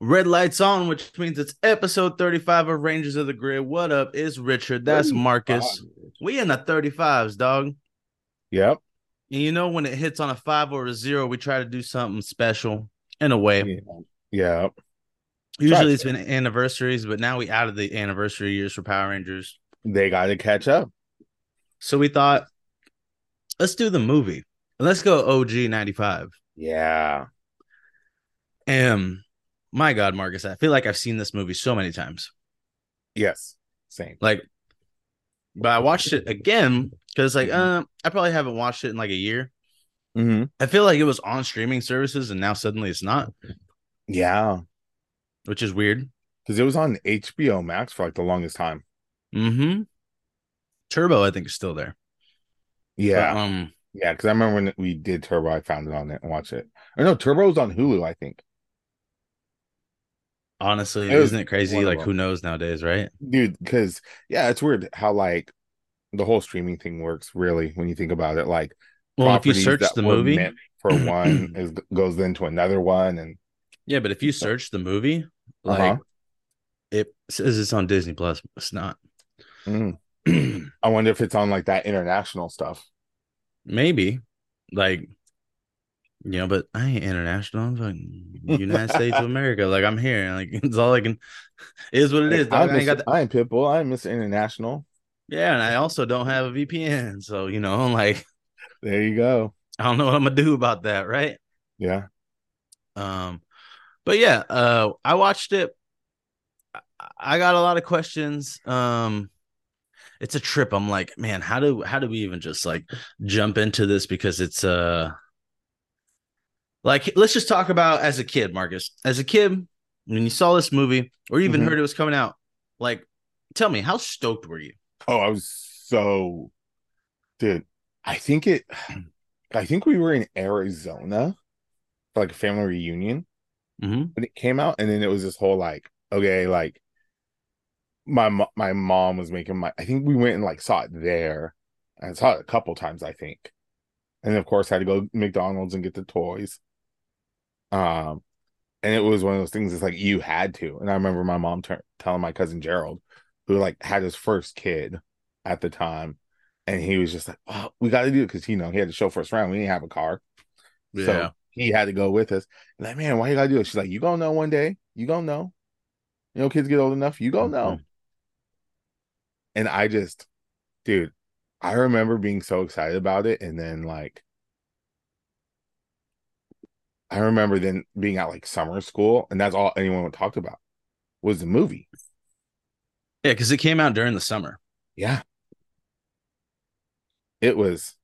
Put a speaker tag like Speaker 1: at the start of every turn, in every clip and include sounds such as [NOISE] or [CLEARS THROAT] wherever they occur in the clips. Speaker 1: Red lights on, which means it's episode 35 of Rangers of the Grid. What up? It's Richard. That's Marcus. We in the 35s, dog.
Speaker 2: Yep.
Speaker 1: And you know when it hits on a five or a zero, we try to do something special in a way.
Speaker 2: Yeah. yeah.
Speaker 1: Usually it's been anniversaries, but now we out of the anniversary years for Power Rangers.
Speaker 2: They got to catch up.
Speaker 1: So we thought, let's do the movie. Let's go OG 95.
Speaker 2: Yeah.
Speaker 1: And my God, Marcus, I feel like I've seen this movie so many times.
Speaker 2: Yes. Same.
Speaker 1: Like, but I watched it again because, like, uh, I probably haven't watched it in like a year.
Speaker 2: Mm-hmm.
Speaker 1: I feel like it was on streaming services and now suddenly it's not,
Speaker 2: Yeah.
Speaker 1: which is weird.
Speaker 2: Because it was on HBO Max for like the longest time.
Speaker 1: Mm hmm. Turbo, I think, is still there.
Speaker 2: Yeah.
Speaker 1: But, um,
Speaker 2: yeah. Because I remember when we did Turbo, I found it on it and watched it. Or no, Turbo's on Hulu, I think.
Speaker 1: honestly,
Speaker 2: It was
Speaker 1: isn't it crazy?
Speaker 2: one of
Speaker 1: Like,
Speaker 2: them.
Speaker 1: who knows nowadays, right?
Speaker 2: Dude, because, yeah, it's weird how like the whole streaming thing works, really, when you think about it. Like,
Speaker 1: Well, if you
Speaker 2: properties
Speaker 1: search
Speaker 2: that
Speaker 1: the
Speaker 2: were
Speaker 1: movie,
Speaker 2: meant for
Speaker 1: [CLEARS THROAT]
Speaker 2: one is goes into another one and
Speaker 1: yeah, but if you search the movie, like,
Speaker 2: Uh-huh.
Speaker 1: it says it's on Disney Plus. It's not. [CLEARS THROAT]
Speaker 2: Mm. I wonder if it's on like that international stuff.
Speaker 1: Maybe, like, you know, but I ain't international. I'm fucking United States of America. Like, I'm here. Like, [LAUGHS] it's all I can. It is what it is.
Speaker 2: I'm,
Speaker 1: dog. I ain't got the-
Speaker 2: Mr. I'm Pitbull. I'm Mr. International.
Speaker 1: yeah, and I also don't have a VPN, so you know, [LAUGHS] I'm like,
Speaker 2: There you go.
Speaker 1: I don't know what I'm gonna do about that, right?
Speaker 2: Yeah.
Speaker 1: Um, but yeah, uh, I watched it. I- I got a lot of questions. Um, it's a trip. I'm like, man, how do how do we even just like jump into this because it's uh like let's just talk about as a kid, Marcus. As a kid, when you saw this movie or even
Speaker 2: Mhm.
Speaker 1: heard it was coming out, like tell me, how stoked were you?
Speaker 2: Oh, I was so dude. I think it I think we were in Arizona for like a family reunion
Speaker 1: Mm-hmm.
Speaker 2: when it came out, and then it was this whole like, okay, like my mo- my mom was making my I think we went and like saw it there. I saw it a couple times, I think. And of course I had to go to McDonald's and get the toys. Um and it was one of those things it's like you had to. And I remember my mom tur- telling my cousin Gerald, who like had his first kid at the time, and he was just like, Oh, we gotta do it because you know he had to show first round. We didn't have a car.
Speaker 1: Yeah.
Speaker 2: So he had to go with us. Like, man, why you gotta do it? She's like, You gonna know one day. You gonna know. You know, kids get old enough, you gonna know.
Speaker 1: Mm-hmm.
Speaker 2: And I just, dude, I remember being so excited about it. And then, like, I remember then being at like summer school, and that's all anyone would talk about was the movie.
Speaker 1: Yeah, because it came out during the summer.
Speaker 2: Yeah. It was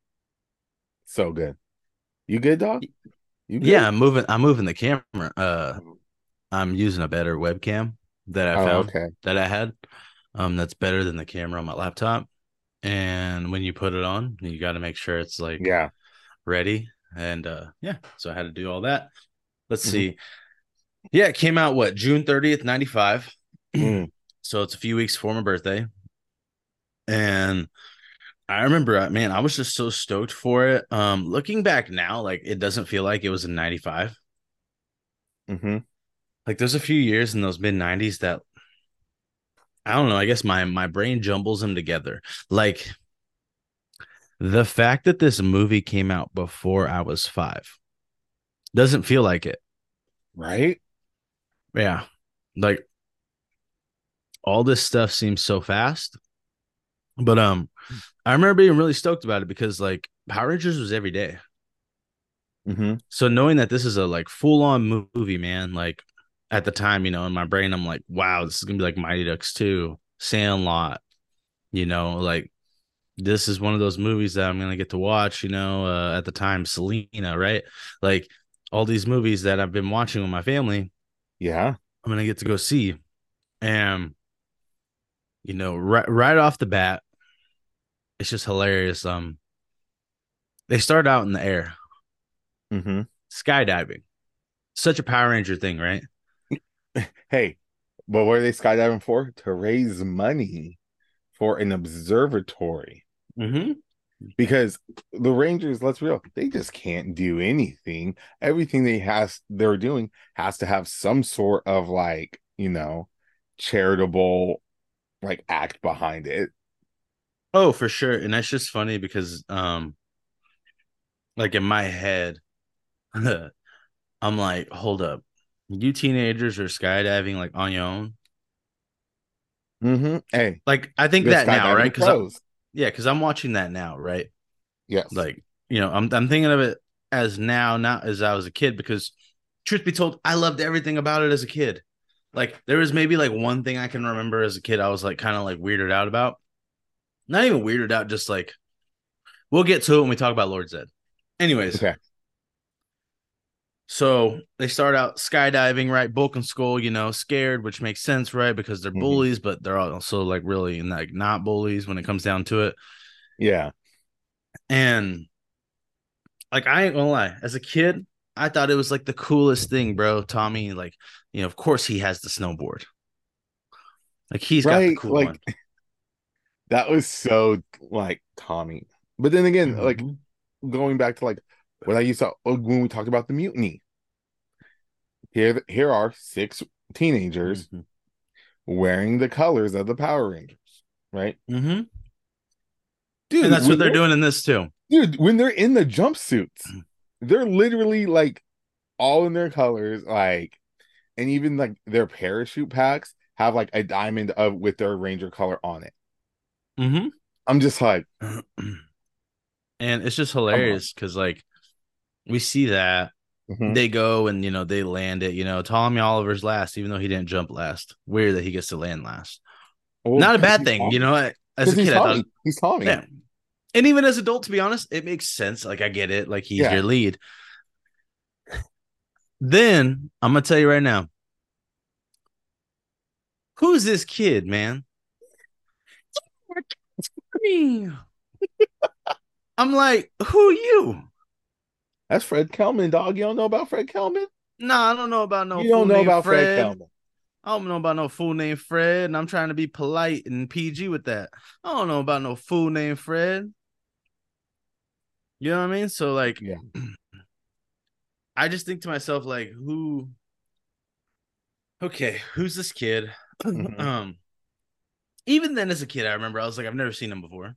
Speaker 2: so good. You good, dog? You good?
Speaker 1: Yeah, I'm moving I'm moving the camera. Uh I'm using a better webcam that I
Speaker 2: Oh,
Speaker 1: found.
Speaker 2: okay.
Speaker 1: that I had. Um, that's better than the camera on my laptop. And when you put it on, you got to make sure it's like
Speaker 2: Yeah.
Speaker 1: ready. And uh, yeah, so I had to do all that. Let's
Speaker 2: Mhm.
Speaker 1: see. Yeah, it came out what June thirtieth, ninety five.
Speaker 2: Mm.
Speaker 1: So it's a few weeks before my birthday. And I remember, uh, man, I was just so stoked for it. Um, looking back now, like it doesn't feel like it was in ninety five.
Speaker 2: Mhm.
Speaker 1: like there's a few years in those mid 90s that i don't know i guess my my brain jumbles them together like the fact that this movie came out before i was five doesn't feel like it
Speaker 2: Right?
Speaker 1: yeah like all this stuff seems so fast but um i remember being really stoked about it because like power rangers was every day
Speaker 2: Mm-hmm.
Speaker 1: so knowing that this is a like full on movie, man, like at the time, you know, in my brain, I'm like, wow, this is gonna be like Mighty Ducks 2, Sandlot, you know, like this is one of those movies that I'm gonna get to watch, you know, uh, at the time, Selena, right? Like all these movies that I've been watching with my family,
Speaker 2: Yeah.
Speaker 1: I'm gonna get to go see. And you know, right right off the bat, it's just hilarious. Um, they start out in the air
Speaker 2: Mm-hmm.
Speaker 1: skydiving. Such a Power Ranger thing, right?
Speaker 2: Hey, but what are they skydiving for? To raise money for an observatory.
Speaker 1: Mm-hmm.
Speaker 2: because the Rangers, let's be real, they just can't do anything. Everything they has they're doing has to have some sort of like, you know, charitable like act behind it.
Speaker 1: Oh, for sure. And that's just funny because um like in my head [LAUGHS] I'm like, hold up. You teenagers are skydiving like on your own.
Speaker 2: Mm-hmm. Hey,
Speaker 1: Like I think
Speaker 2: you're
Speaker 1: that now,
Speaker 2: skydiving
Speaker 1: right? Because
Speaker 2: pros.
Speaker 1: yeah, because I'm watching that now, right?
Speaker 2: yes,
Speaker 1: like you know I'm, I'm thinking of it as now not as i was a kid because truth be told i loved everything about it as a kid like there was maybe like one thing i can remember as a kid i was like kind of like weirded out about not even weirded out just like we'll get to it when we talk about lord zed anyways
Speaker 2: Okay.
Speaker 1: so they start out skydiving right bulk and skull you know scared which makes sense right because they're
Speaker 2: Mhm.
Speaker 1: bullies but they're also like really like not bullies when it comes down to it
Speaker 2: yeah,
Speaker 1: and like I ain't gonna lie, as a kid, I thought it was like the coolest thing, bro. Tommy, like, you know, of course he has the snowboard. Like he's got the
Speaker 2: Right,
Speaker 1: cool
Speaker 2: like,
Speaker 1: one.
Speaker 2: that was so like Tommy. But then again, like
Speaker 1: Mhm.
Speaker 2: going back to like what I used to uh, when we talked about the mutiny. Here, here are six teenagers
Speaker 1: Mhm.
Speaker 2: wearing the colors of the Power Rangers, right?
Speaker 1: Mhm.
Speaker 2: Dude,
Speaker 1: And that's
Speaker 2: when
Speaker 1: what they're doing in this too.
Speaker 2: Dude, when they're in the jumpsuits,
Speaker 1: Mhm.
Speaker 2: they're literally like all in their colors, like, and even like their parachute packs have like a diamond of with their Ranger color on it.
Speaker 1: Mm-hmm.
Speaker 2: I'm just like,
Speaker 1: and it's just hilarious because like we see that
Speaker 2: mhm.
Speaker 1: they go and you know they land it. You know, Tommy Oliver's last, even though he didn't jump last. Weird that he gets to land last.
Speaker 2: Well,
Speaker 1: Not a
Speaker 2: because
Speaker 1: bad
Speaker 2: he's
Speaker 1: thing,
Speaker 2: Tommy.
Speaker 1: you know. I- As a
Speaker 2: 'Cause he's
Speaker 1: kid, I thought
Speaker 2: Tommy. he's Tommy.
Speaker 1: Yeah. And even as adult, to be honest, it makes sense. Like I get it. Like he's
Speaker 2: Yeah.
Speaker 1: your lead. Then I'm gonna tell you right now. Who's this kid,
Speaker 2: [LAUGHS]
Speaker 1: man? I'm like, who you?
Speaker 2: That's Fred Kelman, dog. You don't know about Fred Kelman?
Speaker 1: Nah, I don't know about no
Speaker 2: you don't
Speaker 1: fool
Speaker 2: know
Speaker 1: named
Speaker 2: about Fred,
Speaker 1: Fred.
Speaker 2: Kelman.
Speaker 1: I don't know about no fool named Fred, and I'm trying to be polite and PG with that. I don't know about no fool named Fred. You know what I mean? So like,
Speaker 2: Yeah.
Speaker 1: [CLEARS THROAT] I just think to myself like, who? Okay, who's this kid? [CLEARS THROAT]
Speaker 2: Mhm.
Speaker 1: um, even then as a kid, I remember I was like, I've never seen him before.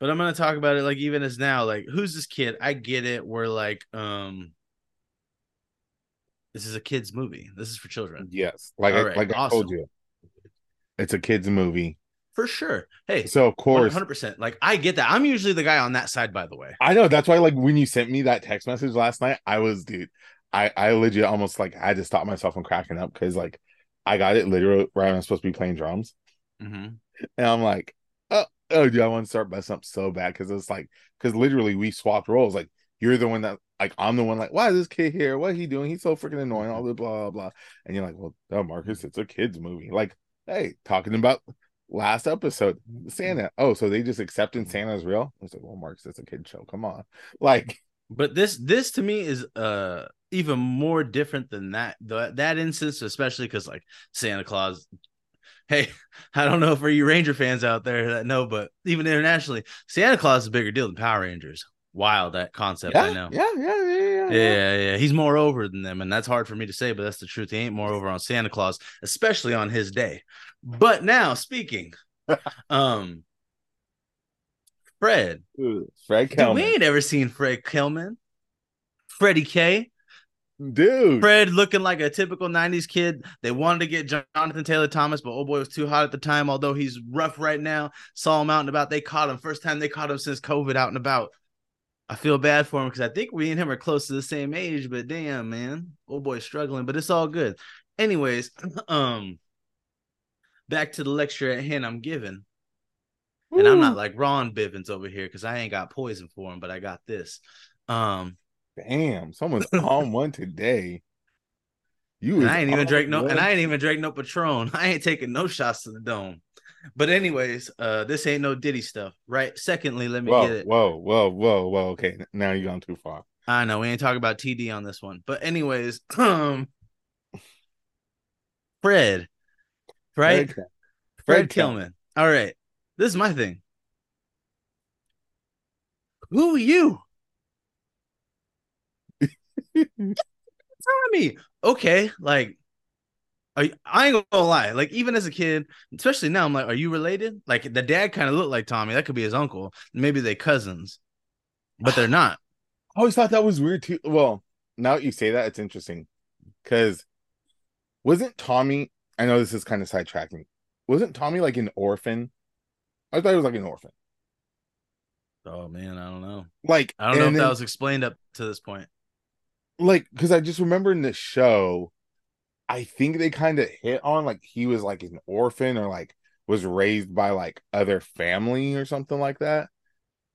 Speaker 1: But I'm gonna talk about it like even as now, like who's this kid? I get it. We're like, um, this is a kid's movie. This is for children
Speaker 2: Yes. Like I,
Speaker 1: All right,
Speaker 2: like I told
Speaker 1: awesome.
Speaker 2: you. It's a kids movie.
Speaker 1: for sure. Hey,
Speaker 2: So of course
Speaker 1: 100. percent Like I get that. I'm usually the guy on that side, by the way.
Speaker 2: I know that's why like when you sent me that text message last night, I was dude, I I legit almost like I just stopped myself from cracking up because like I got it literally right when I'm supposed to be playing drums.
Speaker 1: Mhm.
Speaker 2: And I'm like, oh, oh dude, I want to start messing up so bad because it's like because literally we swapped roles. Like you're the one that like I'm the one like, why is this kid here? What he doing? He's so freaking annoying, all the blah blah blah. And you're like, Well, no, Marcus, it's a kid's movie. Like, hey, talking about last episode,
Speaker 1: Mm-hmm.
Speaker 2: Santa. Oh, so they just accepting Santa's real? It's like, well, Marcus, it's a kid show. Come on. Like
Speaker 1: But this this to me is uh even more different than that the, that instance, especially because like Santa Claus. Hey, [LAUGHS] I don't know for you Ranger fans out there that know, but even internationally, Santa Claus is a bigger deal than Power Rangers. Wild that concept, I know.
Speaker 2: Yeah, yeah, yeah, yeah, yeah.
Speaker 1: Yeah, yeah, he's more over than them, and that's hard for me to say, but that's the truth. He ain't more over on Santa Claus, especially on his day. But now, speaking, um, Fred,
Speaker 2: Dude, Fred
Speaker 1: dude, we
Speaker 2: Kelman.
Speaker 1: ain't ever seen Fred Kelman, Freddie K,
Speaker 2: Dude.
Speaker 1: Fred looking like a typical '90s kid. They wanted to get Jonathan Taylor Thomas, but old boy was too hot at the time. Although he's rough right now, saw him out and about. They caught him first time they caught him since COVID out and about. I feel bad for him because I think we and him are close to the same age, but damn, man, old boy's struggling, but it's all good. Anyways, [CLEARS THROAT] um, back to the lecture at hand I'm giving, and I'm not like Ron Bivens over here because I ain't got poison for him, but I got this. Um, [LAUGHS]
Speaker 2: Damn, someone's on one today. You
Speaker 1: and
Speaker 2: is
Speaker 1: I ain't even
Speaker 2: on
Speaker 1: drink no,
Speaker 2: one.
Speaker 1: and I ain't even drink no Patron. [LAUGHS] I ain't taking no shots to the dome. But anyways, uh, this ain't no Diddy stuff, right? Secondly, let me
Speaker 2: whoa,
Speaker 1: get it.
Speaker 2: whoa, whoa, whoa, whoa. Okay, n- now you've gone too far.
Speaker 1: I know we ain't talking about TD on this one, but anyways, [CLEARS THROAT] um, Fred, right?
Speaker 2: Fred, Kel-
Speaker 1: Fred,
Speaker 2: Fred
Speaker 1: Kelman. All right, this is my thing. Who are you?
Speaker 2: [LAUGHS]
Speaker 1: telling me, okay, like, are you, I ain't gonna lie. Like, even as a kid, especially now, I'm like, are you related? Like, the dad kind of looked like Tommy. That could be his uncle. Maybe they cousins, but they're not. [SIGHS]
Speaker 2: I always thought that was weird too. Well, now that you say that, it's interesting because wasn't Tommy? I know this is kind of sidetracking. Wasn't Tommy like an orphan? I thought he was like an orphan.
Speaker 1: Oh man, I don't know.
Speaker 2: Like
Speaker 1: I don't know if
Speaker 2: and
Speaker 1: that
Speaker 2: then-
Speaker 1: was explained up to this point.
Speaker 2: like because I just remember in the show, I think they kind of hit on like he was like an orphan or like was raised by like other family or something like that.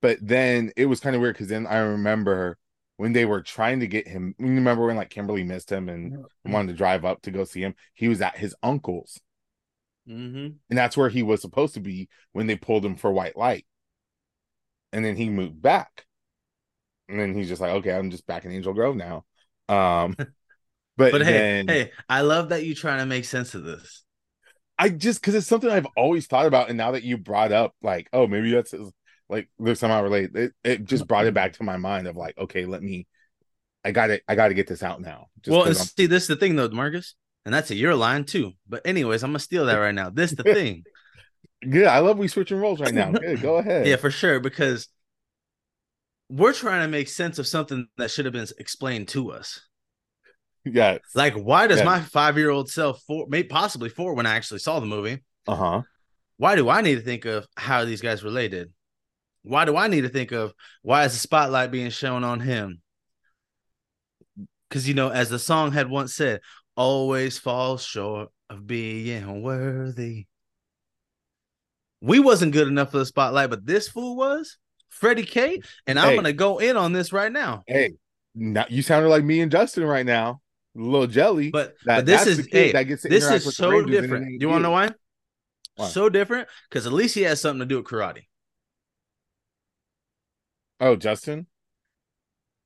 Speaker 2: But then it was kind of weird because then I remember when they were trying to get him. You remember when like Kimberly missed him and wanted to drive up to go see him? He was at his uncle's,
Speaker 1: Mm-hmm.
Speaker 2: and that's where he was supposed to be when they pulled him for white light. And then he moved back, and then he's just like, okay, I'm just back in Angel Grove now.
Speaker 1: [LAUGHS]
Speaker 2: Um, but,
Speaker 1: But hey,
Speaker 2: then,
Speaker 1: hey, I love that you trying to make sense of this.
Speaker 2: I just because it's something I've always thought about, and now that you brought up, like, oh, maybe that's like they're somehow related. It, it just brought it back to my mind of like, okay, let me, I got to I got to get this out now. Just
Speaker 1: well, and
Speaker 2: 'cause I'm-
Speaker 1: see, this is the thing though, Marcus, and that's a your line too. But anyways, I'm gonna steal
Speaker 2: [LAUGHS]
Speaker 1: that right now. This the thing,
Speaker 2: yeah, I love we switching roles
Speaker 1: [LAUGHS]
Speaker 2: right now. Good, go ahead.
Speaker 1: yeah, for sure, because we're trying to make sense of something that should have been explained to us.
Speaker 2: yeah,
Speaker 1: Like, why does
Speaker 2: Yeah.
Speaker 1: my five year old self four, maybe possibly four, when I actually saw the movie,
Speaker 2: uh huh,
Speaker 1: why do I need to think of how these guys related? Why do I need to think of why is the spotlight being shown on him? Because you know, as the song had once said, always falls short of being worthy. We wasn't good enough for the spotlight, but this fool was Freddie K. And I'm
Speaker 2: Hey.
Speaker 1: gonna go in on this right now.
Speaker 2: hey, now you sounded like me and Justin right now, a little jelly.
Speaker 1: But
Speaker 2: that,
Speaker 1: but this
Speaker 2: that's
Speaker 1: is
Speaker 2: the
Speaker 1: hey,
Speaker 2: kid that gets to
Speaker 1: this
Speaker 2: interact
Speaker 1: is
Speaker 2: with
Speaker 1: so
Speaker 2: strangers and it
Speaker 1: different.
Speaker 2: ain't
Speaker 1: You want to know why?
Speaker 2: Why?
Speaker 1: So different because at least he has something to do with karate.
Speaker 2: Oh, Justin,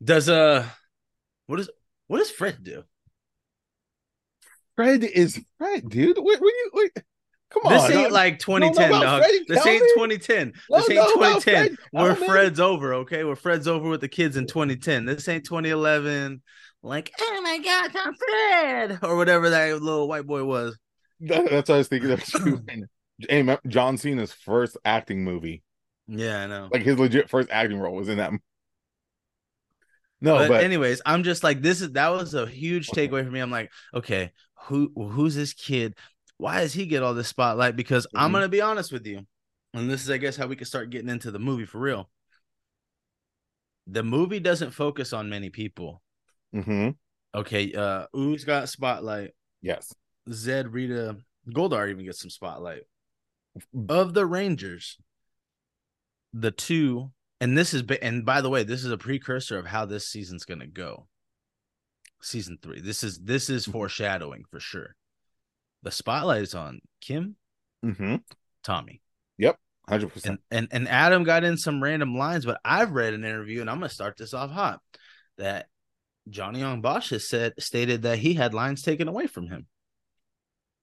Speaker 1: Does uh, what is what does Fred do?
Speaker 2: Fred is Fred, dude. What, what do you? What, come on,
Speaker 1: This ain't
Speaker 2: dog.
Speaker 1: like 2010,
Speaker 2: about
Speaker 1: dog.
Speaker 2: Freddie
Speaker 1: This ain't
Speaker 2: Kelly?
Speaker 1: 2010.
Speaker 2: Y'all
Speaker 1: this ain't
Speaker 2: know about
Speaker 1: 2010.
Speaker 2: Fred
Speaker 1: We're
Speaker 2: Kelly?
Speaker 1: Fred's over, okay? We're Fred's over with the kids in 2010. This ain't 2011. Like, oh my gosh, I'm Fred, or whatever that little white boy was.
Speaker 2: That- That's what I was thinking
Speaker 1: [LAUGHS]
Speaker 2: of too. And, hey, remember John Cena's first acting movie,
Speaker 1: Yeah, I know.
Speaker 2: like his legit first acting role, was in that. mo- No,
Speaker 1: but,
Speaker 2: but,
Speaker 1: anyways, I'm just like, this is that was a huge takeaway for me. I'm like, okay, who who's this kid? Why does he get all this spotlight? Because I'm
Speaker 2: Mhm.
Speaker 1: gonna be honest with you, and this is, I guess, how we can start getting into the movie for real. The movie doesn't focus on many people.
Speaker 2: Mhm.
Speaker 1: Okay, uh, Ooze got spotlight.
Speaker 2: yes,
Speaker 1: Zed, Rita, Goldar even gets some spotlight. Of the Rangers, the two, and this is, ba- and by the way, this is a precursor of how this season's gonna go. Season three. This is this is foreshadowing for sure. The spotlight is on Kim,
Speaker 2: hundred
Speaker 1: Tommy,
Speaker 2: Mm-hmm. percent.
Speaker 1: and and and Adam got in some random lines, but I've read an interview, and I'm gonna start this off hot that Johnny Young Bosch has said stated that he had lines taken away from him.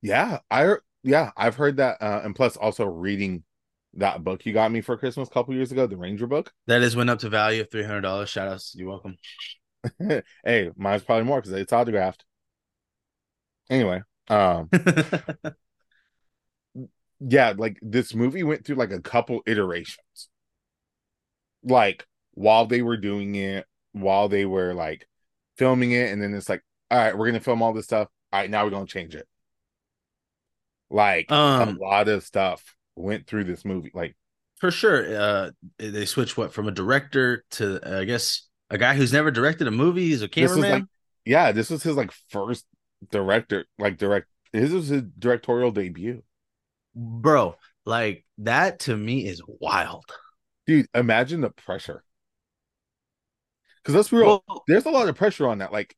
Speaker 2: Yeah, I yeah, I've heard that, uh, and plus also reading that book you got me for Christmas a couple years ago, the Ranger book.
Speaker 1: That is went up to value of three hundred dollars. Shout outs. You're
Speaker 2: [LAUGHS]
Speaker 1: welcome.
Speaker 2: hey, mine's probably more because it's autographed. Anyway, um, yeah, like this movie went through like a couple iterations. Like while they were doing it, while they were like filming it, and then it's like, all right, we're gonna film all this stuff. All right, now we're gonna change it. Like
Speaker 1: um,
Speaker 2: a lot of stuff went through this movie. Like,
Speaker 1: for sure. Uh, they switched what from a director to uh, I guess a guy who's never directed a movie. He's a
Speaker 2: This was
Speaker 1: cameraman.
Speaker 2: like- yeah, this was his like first director, like direct his was his directorial debut.
Speaker 1: Bro, like that to me is wild.
Speaker 2: Dude, imagine the pressure. Cause let's be real,
Speaker 1: Well,
Speaker 2: there's a lot of pressure on that like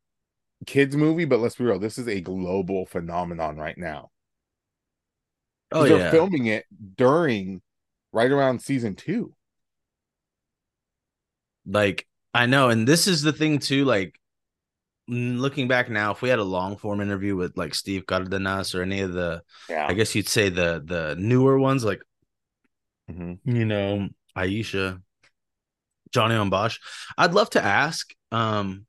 Speaker 2: kids movie but let's be real this is a global phenomenon right now
Speaker 1: oh
Speaker 2: they're
Speaker 1: yeah.
Speaker 2: filming it during right around season two
Speaker 1: Like I know, and this is the thing too. Like mm, looking back now, if we had a long form interview with like Steve Cardenas or any of the,
Speaker 2: yeah
Speaker 1: I guess you'd say the Mm-hmm. the newer ones, like you know Aisha, Johnny on Bosch. I'd love to ask, um,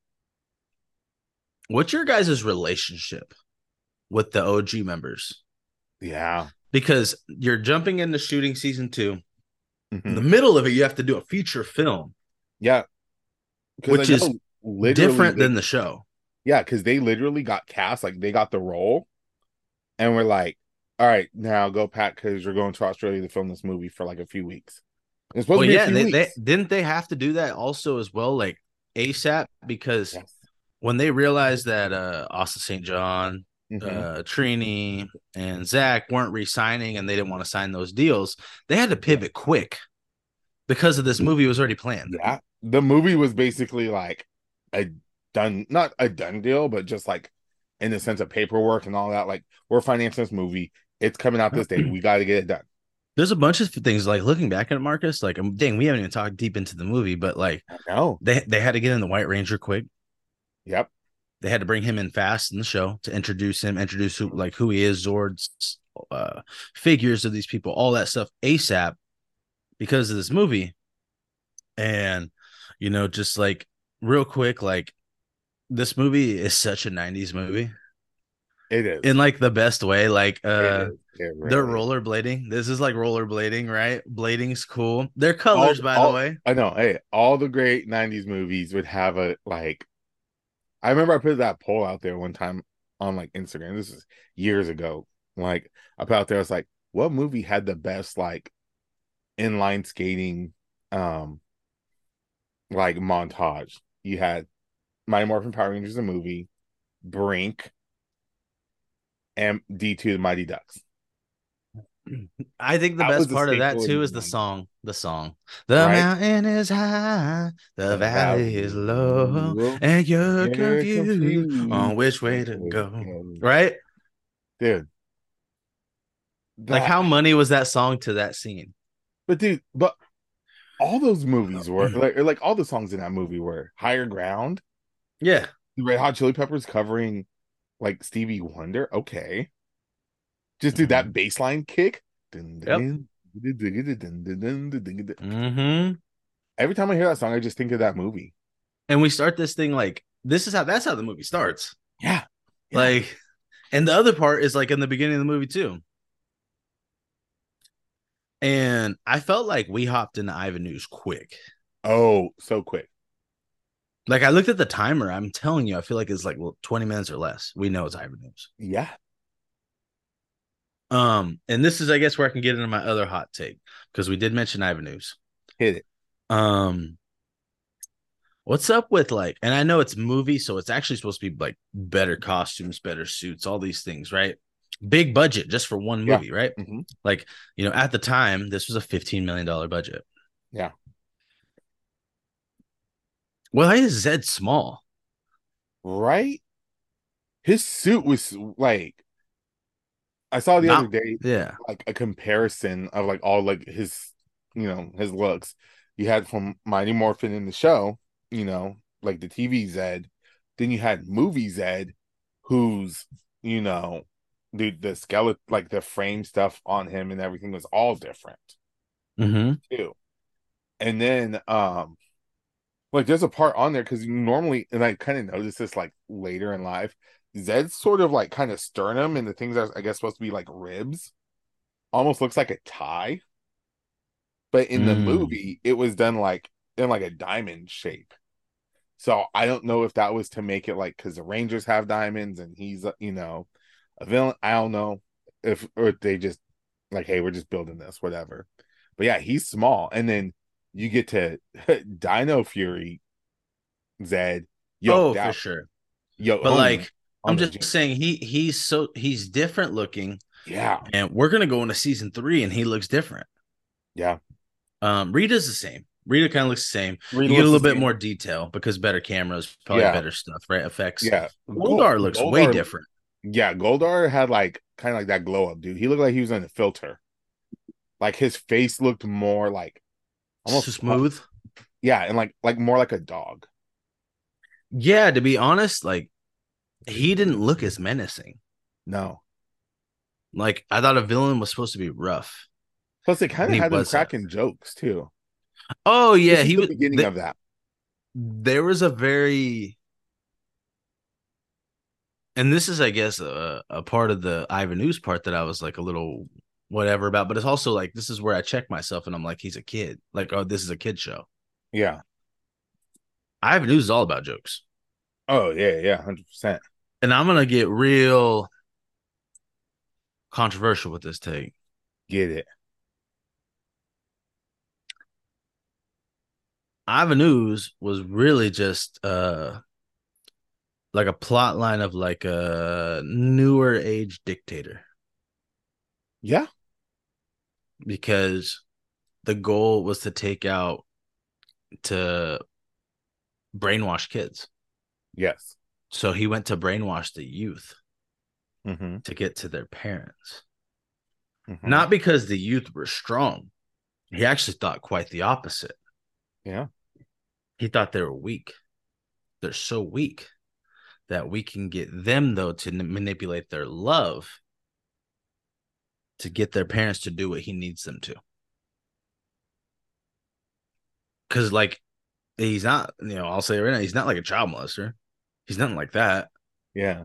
Speaker 1: what's your guys' relationship with the OG members?
Speaker 2: Yeah.
Speaker 1: Because you're jumping into shooting season 2 In
Speaker 2: Mhm.
Speaker 1: the middle of it, you have to do a feature film,
Speaker 2: Yeah. 'Cause
Speaker 1: Which
Speaker 2: I
Speaker 1: is
Speaker 2: know literally
Speaker 1: different
Speaker 2: they-
Speaker 1: than the show.
Speaker 2: yeah, because they literally got cast, like they got the role, and we're like, all right, now go pack because you're going to Australia to film this movie for like a few weeks. It's supposed
Speaker 1: Well,
Speaker 2: to be
Speaker 1: yeah,
Speaker 2: a few
Speaker 1: and they, they
Speaker 2: weeks.
Speaker 1: didn't they have to do that also as well, like ASAP, because
Speaker 2: Yes.
Speaker 1: when they realized that uh Austin St. John,
Speaker 2: Mhm.
Speaker 1: uh Trini, and Zach weren't re-signing and they didn't want to sign those deals, they had to pivot quick because of this movie was already planned.
Speaker 2: yeah, the movie was basically like a done, not a done deal, but just like in the sense of paperwork and all that. Like we're financing this movie. It's coming out this day. We got to get it done.
Speaker 1: There's a bunch of things like looking back at Marcus, like um, dang, we haven't even talked deep into the movie, but like
Speaker 2: I know.
Speaker 1: they they had to get in the White Ranger quick.
Speaker 2: Yep.
Speaker 1: They had to bring him in fast in the show to introduce him, introduce who like who he is, Zord's uh, figures of these people, all that stuff ASAP because of this movie. And you know, just like real quick, like this movie is such a 90s movie
Speaker 2: It is.
Speaker 1: in like the best way. Like
Speaker 2: It
Speaker 1: uh
Speaker 2: is. It
Speaker 1: they're
Speaker 2: really is.
Speaker 1: rollerblading. This is like rollerblading, right? Blading's cool. Their colors, by
Speaker 2: all-
Speaker 1: the way.
Speaker 2: I know. Hey, all the great '90s movies would have a like. I remember I put that poll out there one time on like Instagram. This is years ago. Like I put out there, I was like, "What movie had the best like inline skating, um, like montage?" You had My Morphin Power Rangers, the movie, Brink, and D two the Mighty Ducks.
Speaker 1: I think the
Speaker 2: That was
Speaker 1: best
Speaker 2: the
Speaker 1: part of that
Speaker 2: staple in
Speaker 1: too
Speaker 2: the
Speaker 1: is the
Speaker 2: 90s.
Speaker 1: song. The song. The
Speaker 2: Right.
Speaker 1: mountain is high, the, valley, is low,
Speaker 2: low.
Speaker 1: and you're
Speaker 2: You're
Speaker 1: confused, on
Speaker 2: confused.
Speaker 1: which way to
Speaker 2: Which
Speaker 1: go.
Speaker 2: way to go.
Speaker 1: Right?
Speaker 2: dude.
Speaker 1: Like
Speaker 2: That-
Speaker 1: how money was that song to that scene?
Speaker 2: But dude, but all those
Speaker 1: [CLEARS THROAT]
Speaker 2: movies were like, or like all the songs in that movie were higher ground.
Speaker 1: Yeah.
Speaker 2: The Red Hot Chili Peppers covering like Stevie Wonder. Okay, just do that
Speaker 1: Mm-hmm.
Speaker 2: bass line kick. Dun, dun, dun, dun, dun, dun, dun, dun, dun, dun, dun.
Speaker 1: hmm
Speaker 2: Every time I hear that song, I just think of that movie.
Speaker 1: And we start this thing like this is how that's how the movie starts.
Speaker 2: Yeah, Yeah.
Speaker 1: Like, and the other part is like in the beginning of the movie too. And I felt like we hopped into Ivan News quick.
Speaker 2: Oh, so quick.
Speaker 1: Like I looked at the timer. I'm telling you, I feel like it's like well, 20 minutes or less. We know it's Ivan News.
Speaker 2: Yeah.
Speaker 1: Um, and this is, I guess, where I can get into my other hot take because we did mention Ivan News.
Speaker 2: Hit it.
Speaker 1: Um, what's up with like? And I know it's movie, so it's actually supposed to be like better costumes, better suits, all these things, right? Big budget just for one
Speaker 2: Yeah.
Speaker 1: movie, right?
Speaker 2: Mhm.
Speaker 1: like you know at the time this was a 15 million dollar budget
Speaker 2: Yeah.
Speaker 1: well i is zed small
Speaker 2: Right. His suit was like, I saw the
Speaker 1: Not-
Speaker 2: other day
Speaker 1: yeah
Speaker 2: like a comparison of like all like his you know his looks you had from mighty morphin in the show you know like the tv zed then you had movie zed who's you know dude the skeleton like the frame stuff on him and everything was all different
Speaker 1: mm-hmm.
Speaker 2: too and then um like there's a part on there because normally and i kind of noticed this like later in life zed's sort of like kind of sternum and the things that i guess supposed to be like ribs almost looks like a tie but in the
Speaker 1: Mm.
Speaker 2: movie it was done like in like a diamond shape so i don't know if that was to make it like because the rangers have diamonds and he's uh, you know a villain i don't know if or if they just like hey we're just building this whatever but yeah he's small and then you get to [LAUGHS] Dino Fury, Zed. Yo,
Speaker 1: oh
Speaker 2: that-
Speaker 1: for sure
Speaker 2: yo,
Speaker 1: but
Speaker 2: on
Speaker 1: like
Speaker 2: the- on
Speaker 1: i'm
Speaker 2: the
Speaker 1: just
Speaker 2: gym.
Speaker 1: saying he he's so he's different looking
Speaker 2: yeah,
Speaker 1: and we're gonna go into season three and he looks different
Speaker 2: Yeah.
Speaker 1: um rita's the same rita kind of looks the same
Speaker 2: Reed
Speaker 1: you get a little
Speaker 2: looks the
Speaker 1: bit
Speaker 2: same.
Speaker 1: more detail because better cameras probably
Speaker 2: Yeah.
Speaker 1: better stuff right effects
Speaker 2: Yeah,
Speaker 1: goldar
Speaker 2: Gold-
Speaker 1: looks way
Speaker 2: Goldar-
Speaker 1: different
Speaker 2: Yeah, Goldar had like kind of like that glow up, dude. He looked like he was in a filter. Like his face looked more like almost
Speaker 1: smooth
Speaker 2: Yeah, and like like more like a dog.
Speaker 1: Yeah, to be honest, like he didn't look as menacing.
Speaker 2: No,
Speaker 1: Like I thought a villain was supposed to be rough.
Speaker 2: plus they kind
Speaker 1: And
Speaker 2: of
Speaker 1: he
Speaker 2: had them
Speaker 1: wasn't.
Speaker 2: cracking jokes too.
Speaker 1: Oh yeah,
Speaker 2: This is
Speaker 1: he
Speaker 2: the
Speaker 1: was.
Speaker 2: beginning
Speaker 1: th-
Speaker 2: of that.
Speaker 1: there was a very and this is i guess a, a part of the ivan news part that i was like a little whatever about but it's also like this is where i check myself and i'm like he's a kid like oh this is a kid show
Speaker 2: Yeah.
Speaker 1: ivan news is all about jokes
Speaker 2: Oh yeah, yeah, hundred percent.
Speaker 1: and i'm gonna get real controversial with this take
Speaker 2: Get it.
Speaker 1: ivan news was really just uh like a plot line of like a newer age dictator
Speaker 2: Yeah.
Speaker 1: because the goal was to take out to brainwash kids.
Speaker 2: Yes.
Speaker 1: So he went to brainwash the youth
Speaker 2: Mm-hmm.
Speaker 1: to get to their parents. Not because the youth were strong. He actually thought quite the opposite.
Speaker 2: Yeah.
Speaker 1: He thought they were weak. They're so weak that we can get them though to n- manipulate their love to get their parents to do what he needs them to. Cause like he's not, you know, I'll say it right now, he's not like a child molester. He's nothing like that.
Speaker 2: Yeah.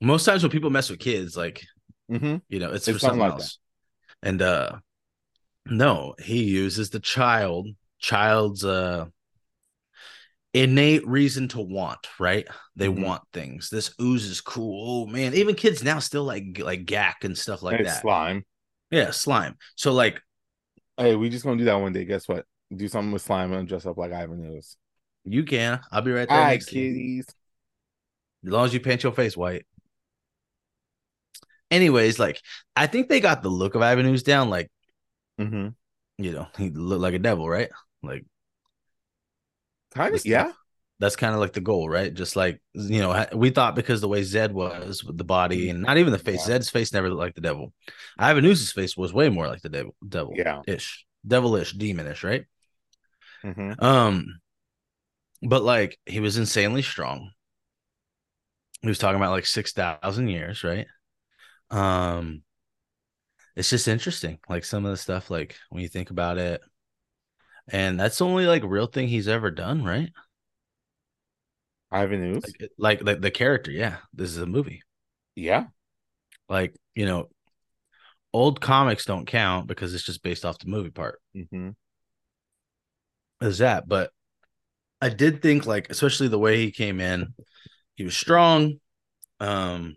Speaker 1: Most times when people mess with kids, like,
Speaker 2: Mm-hmm.
Speaker 1: you know, it's,
Speaker 2: It's
Speaker 1: for something
Speaker 2: something like
Speaker 1: else. And uh no, he uses the child, child's uh innate reason to want, right? They
Speaker 2: Mhm.
Speaker 1: want things. This ooze is cool. Oh man, even kids now still like like gack and stuff like
Speaker 2: it's
Speaker 1: that.
Speaker 2: slime.
Speaker 1: Yeah, slime. So like
Speaker 2: Hey, we just gonna do that one day. Guess what? Do something with slime and dress up like Ivan News.
Speaker 1: you can. I'll be right there
Speaker 2: Hi,
Speaker 1: next to you.
Speaker 2: kitties.
Speaker 1: As long as you paint your face white. Anyways, like I think they got the look of Avenues down. Like,
Speaker 2: Mm-hmm.
Speaker 1: you know, he looked like a devil, right? Like
Speaker 2: Kind of.
Speaker 1: This-
Speaker 2: Yeah.
Speaker 1: that's kind of like the goal, right? Just like you know, ha- we thought because the way Zed was with the body and not even the face.
Speaker 2: Mm-hmm. Yeah.
Speaker 1: Zed's face never looked like the devil. Ivanus's face was way more like the devil, devil
Speaker 2: Yeah.
Speaker 1: ish, devilish, demonish, right?
Speaker 2: Mm-hmm.
Speaker 1: Um, but like he was insanely strong. He was talking about like six thousand years, right? Um, it's just interesting, like some of the stuff, like when you think about it, and that's the only like real thing he's ever done, right?
Speaker 2: Ivan News.
Speaker 1: Like, it- like, like the character, yeah. This is a movie,
Speaker 2: yeah.
Speaker 1: like you know, old comics don't count because it's just based off the movie part.
Speaker 2: Mm-hmm.
Speaker 1: as that. But I did think like, especially the way he came in, he was strong. Um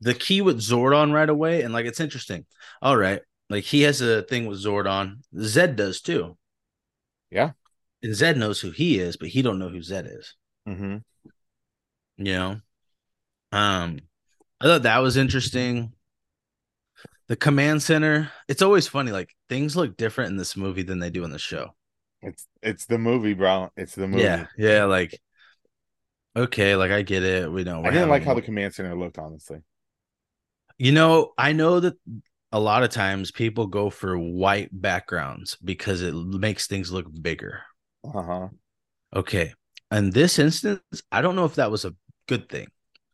Speaker 1: the key with Zordon right away, and like it's interesting. All right. Like he has a thing with Zordon. Zed does too.
Speaker 2: Yeah.
Speaker 1: And Zed knows who he is, but he don't know who Zed is.
Speaker 2: Mm-hmm.
Speaker 1: You know? Um I thought that was interesting. The command center, it's always funny, like things look different in this movie than they do in the show.
Speaker 2: It's it's the movie, bro. It's the movie.
Speaker 1: Yeah, yeah, like okay, like I get it. We know.
Speaker 2: I
Speaker 1: we're
Speaker 2: didn't like how the
Speaker 1: having-
Speaker 2: command center looked, honestly.
Speaker 1: you know. I know that a lot of times people go for white backgrounds because it makes things look bigger.
Speaker 2: Uh huh.
Speaker 1: Okay, in this instance, I don't know if that was a good thing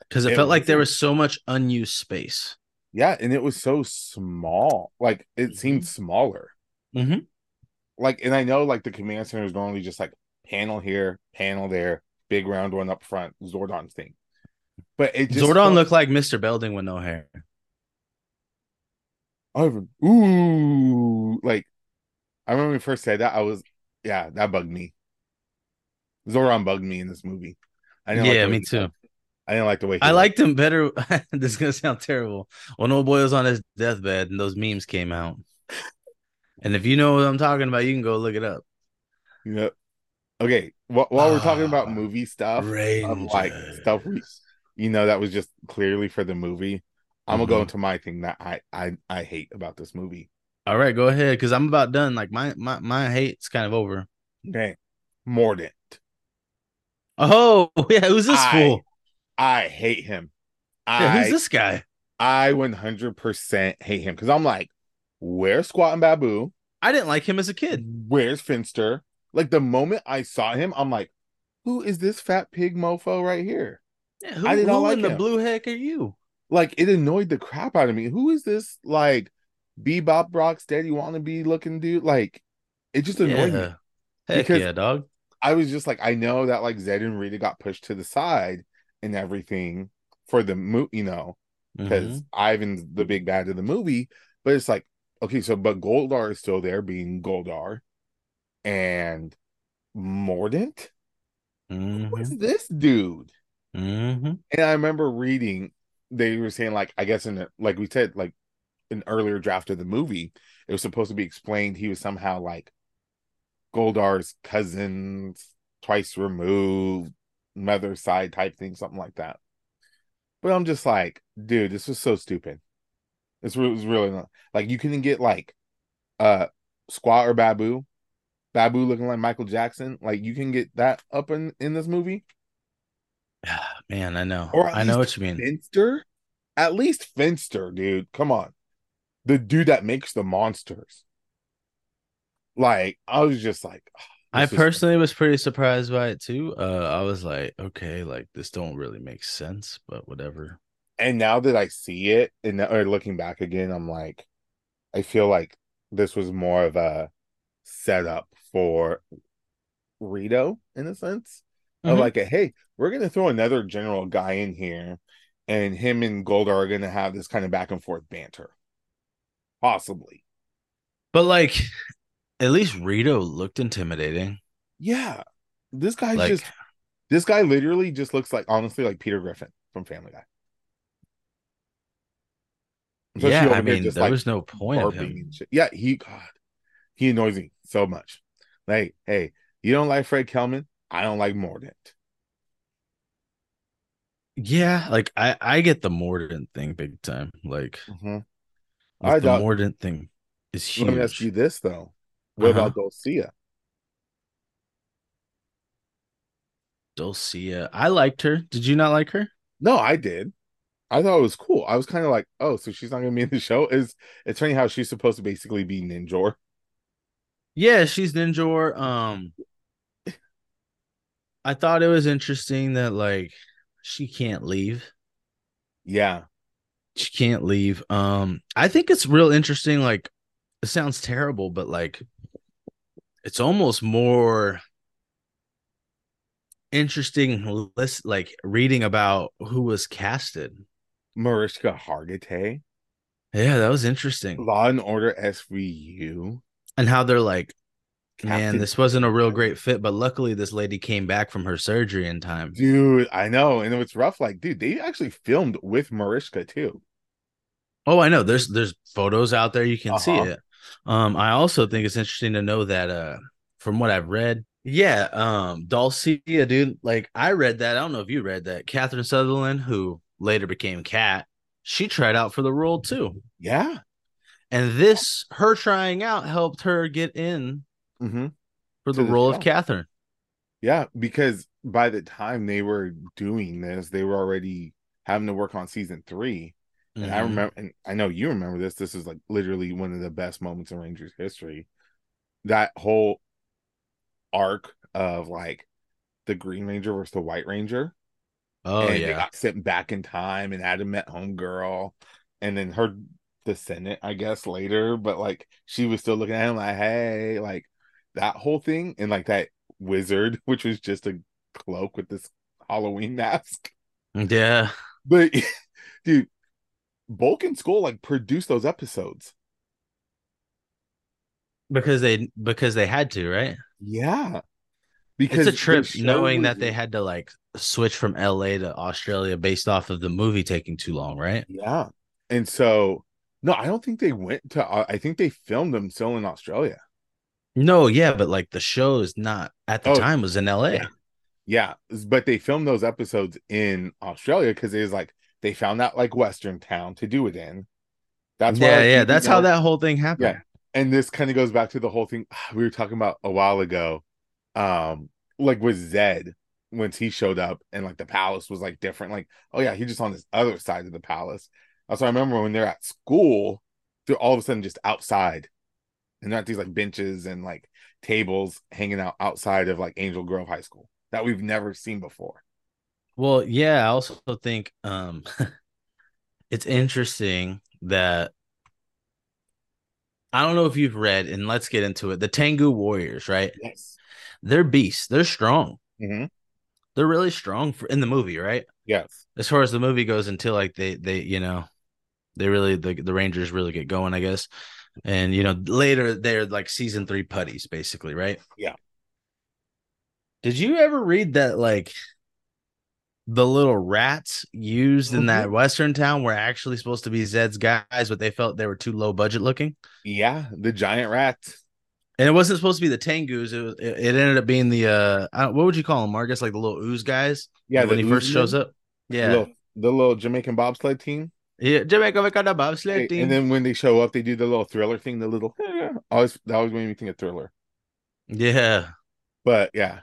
Speaker 1: because it,
Speaker 2: It
Speaker 1: felt like there
Speaker 2: wasn't.
Speaker 1: was so much unused space.
Speaker 2: Yeah, and it was so small. Like it seemed
Speaker 1: Mm-hmm.
Speaker 2: smaller.
Speaker 1: Mhm.
Speaker 2: Like, and I know like the command center is normally just like panel here, panel there, big round one up front, Zordon thing. But it just
Speaker 1: Zordon
Speaker 2: felt-
Speaker 1: looked like Mister Belding with no hair.
Speaker 2: Ivan, ooh, like I remember when we first said that, I was, yeah, that bugged me. Zoran bugged me in this movie. I didn't like
Speaker 1: Yeah,
Speaker 2: the way
Speaker 1: me
Speaker 2: he-
Speaker 1: too.
Speaker 2: I didn't like the way. he
Speaker 1: I
Speaker 2: looked.
Speaker 1: liked him better. [LAUGHS] this is gonna sound terrible. When old boy was on his deathbed and those memes came out. And if you know what I'm talking about, you can go look it up.
Speaker 2: You know, okay. While, while we're talking
Speaker 1: Ah, [SIGHS]
Speaker 2: about movie stuff, of like stuff we, you know, that was just clearly for the movie. I'm gonna go
Speaker 1: Mhm.
Speaker 2: into my thing that I I I hate about this movie.
Speaker 1: All right, go ahead, because I'm about done. Like my my my hate's kind of over.
Speaker 2: Okay, Mordant.
Speaker 1: Oh [LAUGHS] yeah, who's this
Speaker 2: I-
Speaker 1: fool?
Speaker 2: I hate him.
Speaker 1: Yeah,
Speaker 2: I
Speaker 1: who's this guy?
Speaker 2: I 100% hate him because I'm like, where's Squat and Babu?
Speaker 1: I didn't like him as a kid.
Speaker 2: Where's Finster? Like the moment I saw him, I'm like, who is this fat pig mofo right here?
Speaker 1: Yeah, who,
Speaker 2: I did not
Speaker 1: who
Speaker 2: like
Speaker 1: in the
Speaker 2: him.
Speaker 1: blue heck are you?
Speaker 2: Like it annoyed the crap out of me. Who is this like bebop rocksteady wannabe looking dude? Like It just annoyed me.
Speaker 1: Yeah. Heck
Speaker 2: Because-
Speaker 1: yeah, dog.
Speaker 2: I was just like, I know that like Zed and Rita got pushed to the side and everything for the mo you know, because
Speaker 1: Mhm.
Speaker 2: Ivan's the big bad of the movie. But it's like, okay, so but Goldar is still there, being Goldar, and Mordant.
Speaker 1: Mhm.
Speaker 2: What's this dude?
Speaker 1: Mhm.
Speaker 2: And I remember reading they were saying like I guess in a, like we said like an earlier draft of the movie it was supposed to be explained he was somehow like Goldar's cousin twice removed mother side type thing something like that. But I'm just like dude this was so stupid. This re- was really not, like you couldn't get like uh Squaw or Babu Babu looking like Michael Jackson like you can get that up in in this movie
Speaker 1: [SIGHS] Man, I know.
Speaker 2: Or at
Speaker 1: I know
Speaker 2: least
Speaker 1: what you mean.
Speaker 2: Finster? At least Finster, dude. Come on. The dude that makes the monsters. Like, I was just like,
Speaker 1: I
Speaker 2: this is-
Speaker 1: personally was pretty surprised by it too. Uh, I was like, okay, like this don't really make sense, but whatever.
Speaker 2: and now that I see it and now- or looking back again, I'm like, I feel like this was more of a setup for Rito in a sense
Speaker 1: Mhm.
Speaker 2: of like, a, hey, we're gonna throw another general guy in here, and him and Goldar are gonna have this kind of back and forth banter, possibly.
Speaker 1: But like, [LAUGHS] at least Rito looked intimidating.
Speaker 2: Yeah, this guy's
Speaker 1: like,
Speaker 2: just this guy literally just looks like honestly like Peter Griffin from Family Guy. Especially
Speaker 1: yeah,
Speaker 2: over
Speaker 1: I
Speaker 2: there
Speaker 1: mean,
Speaker 2: just,
Speaker 1: there
Speaker 2: like,
Speaker 1: was no point of
Speaker 2: barfing
Speaker 1: him.
Speaker 2: and shit. Yeah, he God, he annoys me so much. Like, hey, you don't like Fred Kelman? I don't like Mordant.
Speaker 1: Yeah, like I, I get the Mordant thing big time. Like
Speaker 2: Mhm.
Speaker 1: like,
Speaker 2: I
Speaker 1: the
Speaker 2: doubt-
Speaker 1: Mordant thing is huge. Uh-huh.
Speaker 2: Let me ask you this though: What about Dolcia?
Speaker 1: Dulcia. I liked her. Did you not like her?
Speaker 2: No, I did. I thought it was cool. I was kind of like, oh, so she's not going to be in the show. Is it's funny how she's supposed to basically be Ninjor.
Speaker 1: Yeah, she's Ninjor. Um, I thought it was interesting that like she can't leave.
Speaker 2: Yeah,
Speaker 1: she can't leave um i think it's real interesting like it sounds terrible but like it's almost more interesting list like reading about who was casted
Speaker 2: Mariska Hargitay,
Speaker 1: yeah that was interesting
Speaker 2: Law and Order SVU.
Speaker 1: and how they're like man
Speaker 2: Captain-
Speaker 1: this wasn't a real great fit but luckily this lady came back from her surgery in time
Speaker 2: Dude, I know. And it's rough. Like, dude, they actually filmed with Mariska too.
Speaker 1: oh i know there's there's photos out there you can see
Speaker 2: Uh-huh.
Speaker 1: it um i also think it's interesting to know that uh from what i've read yeah um dulcia dude like i read that i don't know if you read that catherine sutherland who later became cat she tried out for the role too
Speaker 2: Yeah.
Speaker 1: and this her trying out helped her get in
Speaker 2: hmm
Speaker 1: for
Speaker 2: To
Speaker 1: the
Speaker 2: the
Speaker 1: role of
Speaker 2: show.
Speaker 1: catherine
Speaker 2: Yeah. Because by the time they were doing this, they were already having to work on season three. And I
Speaker 1: Mhm.
Speaker 2: remember, and I know you remember this. This is like literally one of the best moments in Rangers history. That whole arc of like the Green Ranger versus the White Ranger.
Speaker 1: oh
Speaker 2: and they
Speaker 1: yeah
Speaker 2: got sent back in time and Adam met homegirl and then her descendant, I guess, later, but like she was still looking at him like, hey, like that whole thing and like that wizard, [LAUGHS] which was just a cloak with this Halloween mask. [LAUGHS]
Speaker 1: yeah
Speaker 2: But [LAUGHS] dude, Bulk and Skull like produced those episodes.
Speaker 1: because they because they had to right
Speaker 2: Yeah.
Speaker 1: it's
Speaker 2: Because
Speaker 1: a
Speaker 2: the
Speaker 1: trip
Speaker 2: show
Speaker 1: knowing
Speaker 2: was-
Speaker 1: that they had to like switch from LA to Australia based off of the movie taking too long, right?
Speaker 2: Yeah. And so no, I don't think they went to I think they filmed them still in Australia.
Speaker 1: No, yeah, but like the show is not at the
Speaker 2: Oh,
Speaker 1: time was in LA.
Speaker 2: yeah. Yeah, s- but they filmed those episodes in Australia because it is like they found that like Western town to do it in. That's why I
Speaker 1: yeah,
Speaker 2: was
Speaker 1: yeah.
Speaker 2: thinking
Speaker 1: That's how
Speaker 2: like-
Speaker 1: that whole thing happened.
Speaker 2: And this kind of goes back to the whole thing [SIGHS] we were talking about a while ago, um, like with Zed once he showed up and like the palace was like different. Like, oh yeah, he just on this other side of the palace. Also, I remember when they're at school, they're all of a sudden just outside, and not these like benches and like tables hanging out outside of like Angel Grove High School that we've never seen before.
Speaker 1: Well, yeah, I also think [LAUGHS] um it's interesting that I don't know if you've read, and let's get into it. The Tengu Warriors, right?
Speaker 2: Yes.
Speaker 1: They're beasts. They're strong.
Speaker 2: hmm
Speaker 1: They're really strong for, in the movie, right?
Speaker 2: Yes.
Speaker 1: As far as the movie goes, until like they they you know they really the the Rangers really get going, I guess. And you know later they're like season three putties, basically, right?
Speaker 2: Yeah.
Speaker 1: Did you ever read that like the little rats used in that
Speaker 2: Mm-hmm.
Speaker 1: western town were actually supposed to be Zed's guys, but they felt they were too low budget looking?
Speaker 2: Yeah. The giant rat.
Speaker 1: And it wasn't supposed to be the Tengus. It was, it it ended up being the uh, I don't- what would you call them? Marcus, like the little ooze guys.
Speaker 2: Yeah.
Speaker 1: when
Speaker 2: the
Speaker 1: he first
Speaker 2: Uzi
Speaker 1: shows
Speaker 2: man,
Speaker 1: up. Yeah,
Speaker 2: The little, the little Jamaican bobsled team.
Speaker 1: yeah. Jamaica, we got a bobsled
Speaker 2: They-
Speaker 1: team.
Speaker 2: And then when they show up, they do the little thriller thing, the little [LAUGHS] always that always made me think of thriller.
Speaker 1: yeah,
Speaker 2: But yeah.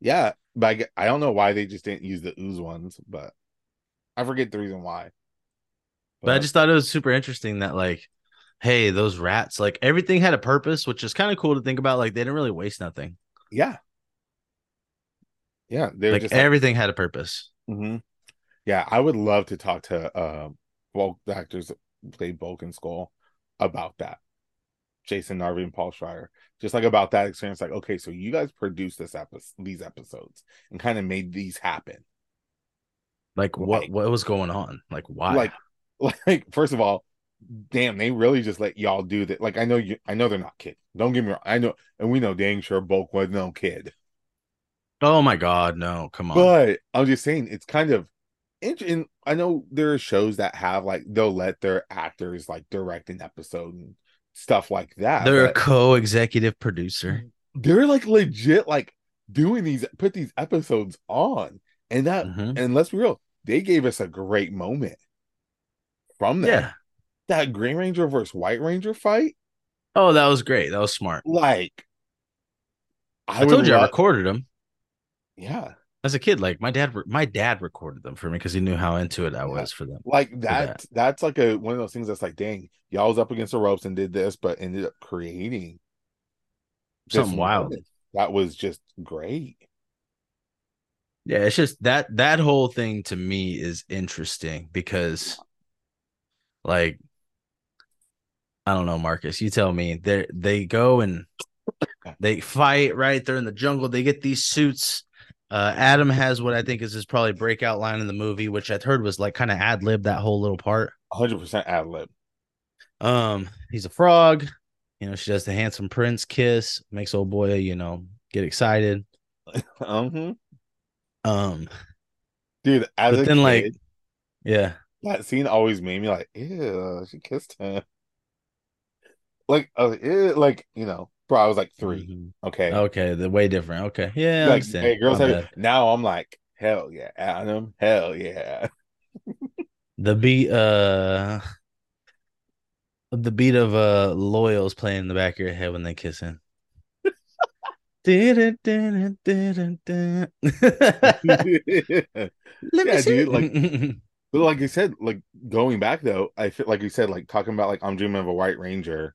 Speaker 2: Yeah. But I, get- I don't know why they just didn't use the ooze ones, but I forget the reason why.
Speaker 1: but I just thought it was super interesting that like, hey, those rats, like everything had a purpose, which is kind of cool to think about. Like they didn't really waste nothing.
Speaker 2: yeah. Yeah. They're
Speaker 1: Like
Speaker 2: just like,
Speaker 1: everything had a purpose.
Speaker 2: hmm Yeah, I would love to talk to uh Bulk the actors that played Bulk and Skull about that. Jason Narvey and Paul Schreier. Just like about that experience, like, okay, so you guys produced this episode these episodes and kind of made these happen.
Speaker 1: Like what
Speaker 2: Like-
Speaker 1: what was going on? Like why?
Speaker 2: Like [LAUGHS] like first of all, damn, they really just let y'all do that. Like I know you I know they're not kids. Don't get me wrong. I know and we know dang sure Bulk was no kid.
Speaker 1: oh my god, no, come on.
Speaker 2: But I'm just saying, it's kind of interesting. I know there are shows that have like they'll let their actors like direct an episode and stuff like that.
Speaker 1: They're a
Speaker 2: but
Speaker 1: co-executive producer.
Speaker 2: they're like legit like doing these put these episodes on, and that
Speaker 1: Mhm.
Speaker 2: and let's be real, they gave us a great moment from that
Speaker 1: Yeah.
Speaker 2: that Green Ranger versus White Ranger fight.
Speaker 1: Oh, that was great. That was smart.
Speaker 2: Like, I,
Speaker 1: I,
Speaker 2: would
Speaker 1: told you I
Speaker 2: love-
Speaker 1: recorded them.
Speaker 2: yeah.
Speaker 1: as a kid like my dad my dad recorded them for me because he knew how into it i
Speaker 2: Yeah.
Speaker 1: was for them
Speaker 2: like
Speaker 1: that.
Speaker 2: that, that's like a one of those things that's like dang y'all was up against the ropes and did this but ended up creating this
Speaker 1: Something wild.
Speaker 2: moment that was just great
Speaker 1: yeah it's just that that whole thing to me is interesting because like i don't know marcus you tell me they they go and they fight right they're in the jungle they get these suits uh adam has what i think is his probably breakout line in the movie which i'd heard was like kind of ad lib that whole little part
Speaker 2: 100% ad lib
Speaker 1: Um, he's a frog. You know, she does the handsome prince kiss, makes old boy, you know, get excited.
Speaker 2: Mhm.
Speaker 1: Um,
Speaker 2: dude as
Speaker 1: Mm-hmm. But
Speaker 2: a
Speaker 1: then,
Speaker 2: kid,
Speaker 1: like- yeah,
Speaker 2: that scene always made me like ew she kissed him like I was like, "Ew," like you know bro i was like 3
Speaker 1: Mhm.
Speaker 2: okay
Speaker 1: Okay, the way different. Okay, yeah, I
Speaker 2: like
Speaker 1: understand.
Speaker 2: hey girls
Speaker 1: My
Speaker 2: have,
Speaker 1: bad.
Speaker 2: now i'm like hell yeah adam hell
Speaker 1: [LAUGHS]
Speaker 2: yeah [LAUGHS]
Speaker 1: the beat, uh, the beat of uh, loyals playing in the back of your head when they kiss [LAUGHS] him. Didn't, didn't, didn't, didn't. Let
Speaker 2: Yeah, dude,
Speaker 1: like,
Speaker 2: But like you said, like going back though, I feel like you said, like talking about like I'm dreaming of a white ranger.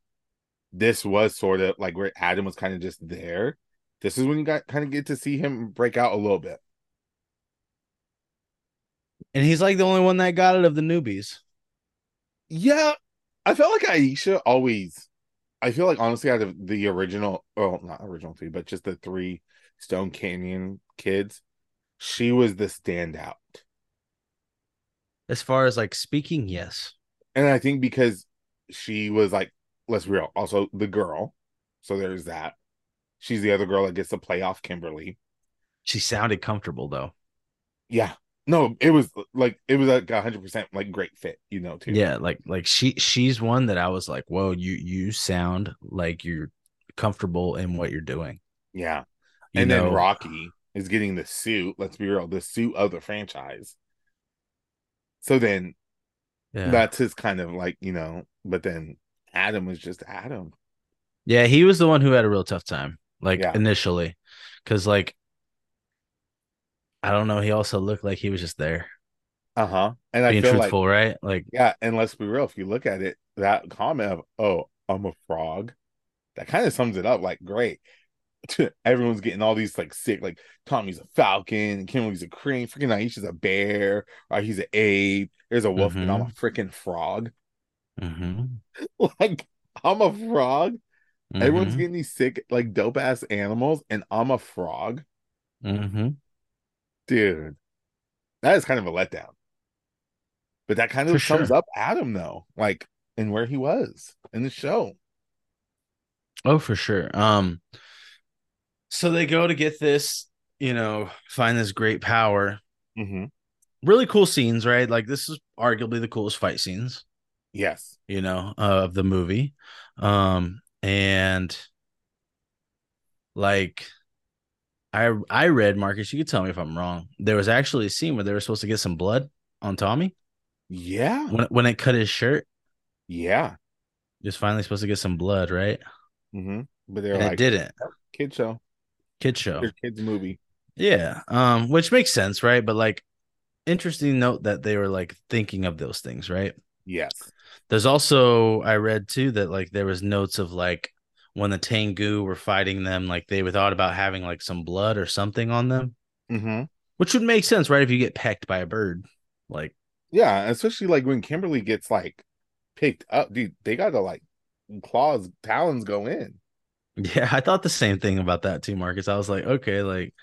Speaker 2: This was sort of like where Adam was kind of just there. This is when you got kind of get to see him break out a little bit.
Speaker 1: [LAUGHS] and he's like the only one that got it of the newbies.
Speaker 2: Yeah, I felt like Aisha always. I feel like honestly, out of the original, well, not original three, but just the three Stone Canyon kids, she was the standout.
Speaker 1: As far as like speaking, yes.
Speaker 2: And I think because she was like, let's be real, also the girl. So there's that. She's the other girl that gets to play off Kimberly.
Speaker 1: She sounded comfortable though.
Speaker 2: Yeah. No, it was like it was like hundred percent like great fit, you know, too.
Speaker 1: Yeah, like like she she's one that I was like, whoa, you you sound like you're comfortable in what you're doing.
Speaker 2: Yeah.
Speaker 1: You
Speaker 2: and
Speaker 1: know?
Speaker 2: then Rocky is getting the suit, let's be real, the suit of the franchise. So then
Speaker 1: yeah.
Speaker 2: that's his kind of like, you know, but then Adam was just Adam.
Speaker 1: yeah, he was the one who had a real tough time, like
Speaker 2: Yeah.
Speaker 1: initially, because like I don't know, he also looked like he was just there
Speaker 2: Uh-huh. And I
Speaker 1: being
Speaker 2: feel like
Speaker 1: truthful, right? Like
Speaker 2: Yeah, and let's be real. If you look at it, that comment of "Oh, I'm a frog," that kind of sums it up. Like, great, [LAUGHS] everyone's getting all these like sick. Like, Tommy's a falcon, Kimberly's a crane, freaking Aisha's a bear, right? He's an
Speaker 1: Mm-hmm.
Speaker 2: ape. There's a wolf, and I'm a freaking frog.
Speaker 1: mhm.
Speaker 2: [LAUGHS] Like, I'm a frog. Everyone's
Speaker 1: Mhm.
Speaker 2: getting these sick, like dope ass animals, and I'm a frog,
Speaker 1: Mhm.
Speaker 2: dude. That is kind of a letdown. But that kind of
Speaker 1: For
Speaker 2: sums
Speaker 1: sure.
Speaker 2: up Adam though, like and where he was in the show.
Speaker 1: Oh, for sure. Um, so they go to get this, you know, find this great power.
Speaker 2: Mm-hmm.
Speaker 1: Really cool scenes, right? Like this is arguably the coolest fight scenes,
Speaker 2: Yes.
Speaker 1: you know, of the movie. Um, and like I I read Marcus, you could tell me if I'm wrong. There was actually a scene where they were supposed to get some blood on Tommy
Speaker 2: Yeah.
Speaker 1: when when it cut his shirt.
Speaker 2: Yeah.
Speaker 1: He was finally supposed to get some blood, right?
Speaker 2: Mm-hmm. But they're
Speaker 1: And Oh. it
Speaker 2: like
Speaker 1: didn't.
Speaker 2: kid show,
Speaker 1: Kid show.
Speaker 2: their kids movie.
Speaker 1: Yeah. Um, which makes sense, right? But like interesting note that they were like thinking of those things, right?
Speaker 2: Yes.
Speaker 1: There's also I read too that like there was notes of like when the Tengu were fighting them, like they thought about having like some blood or something on them,
Speaker 2: Mm-hmm.
Speaker 1: which would make sense, right? If you get pecked by a bird, like [LAUGHS]
Speaker 2: Yeah, especially like when Kimberly gets like picked up, dude. They gotta like claws, talons go in.
Speaker 1: yeah, I thought the same thing about that too, Marcus. I was like, okay, like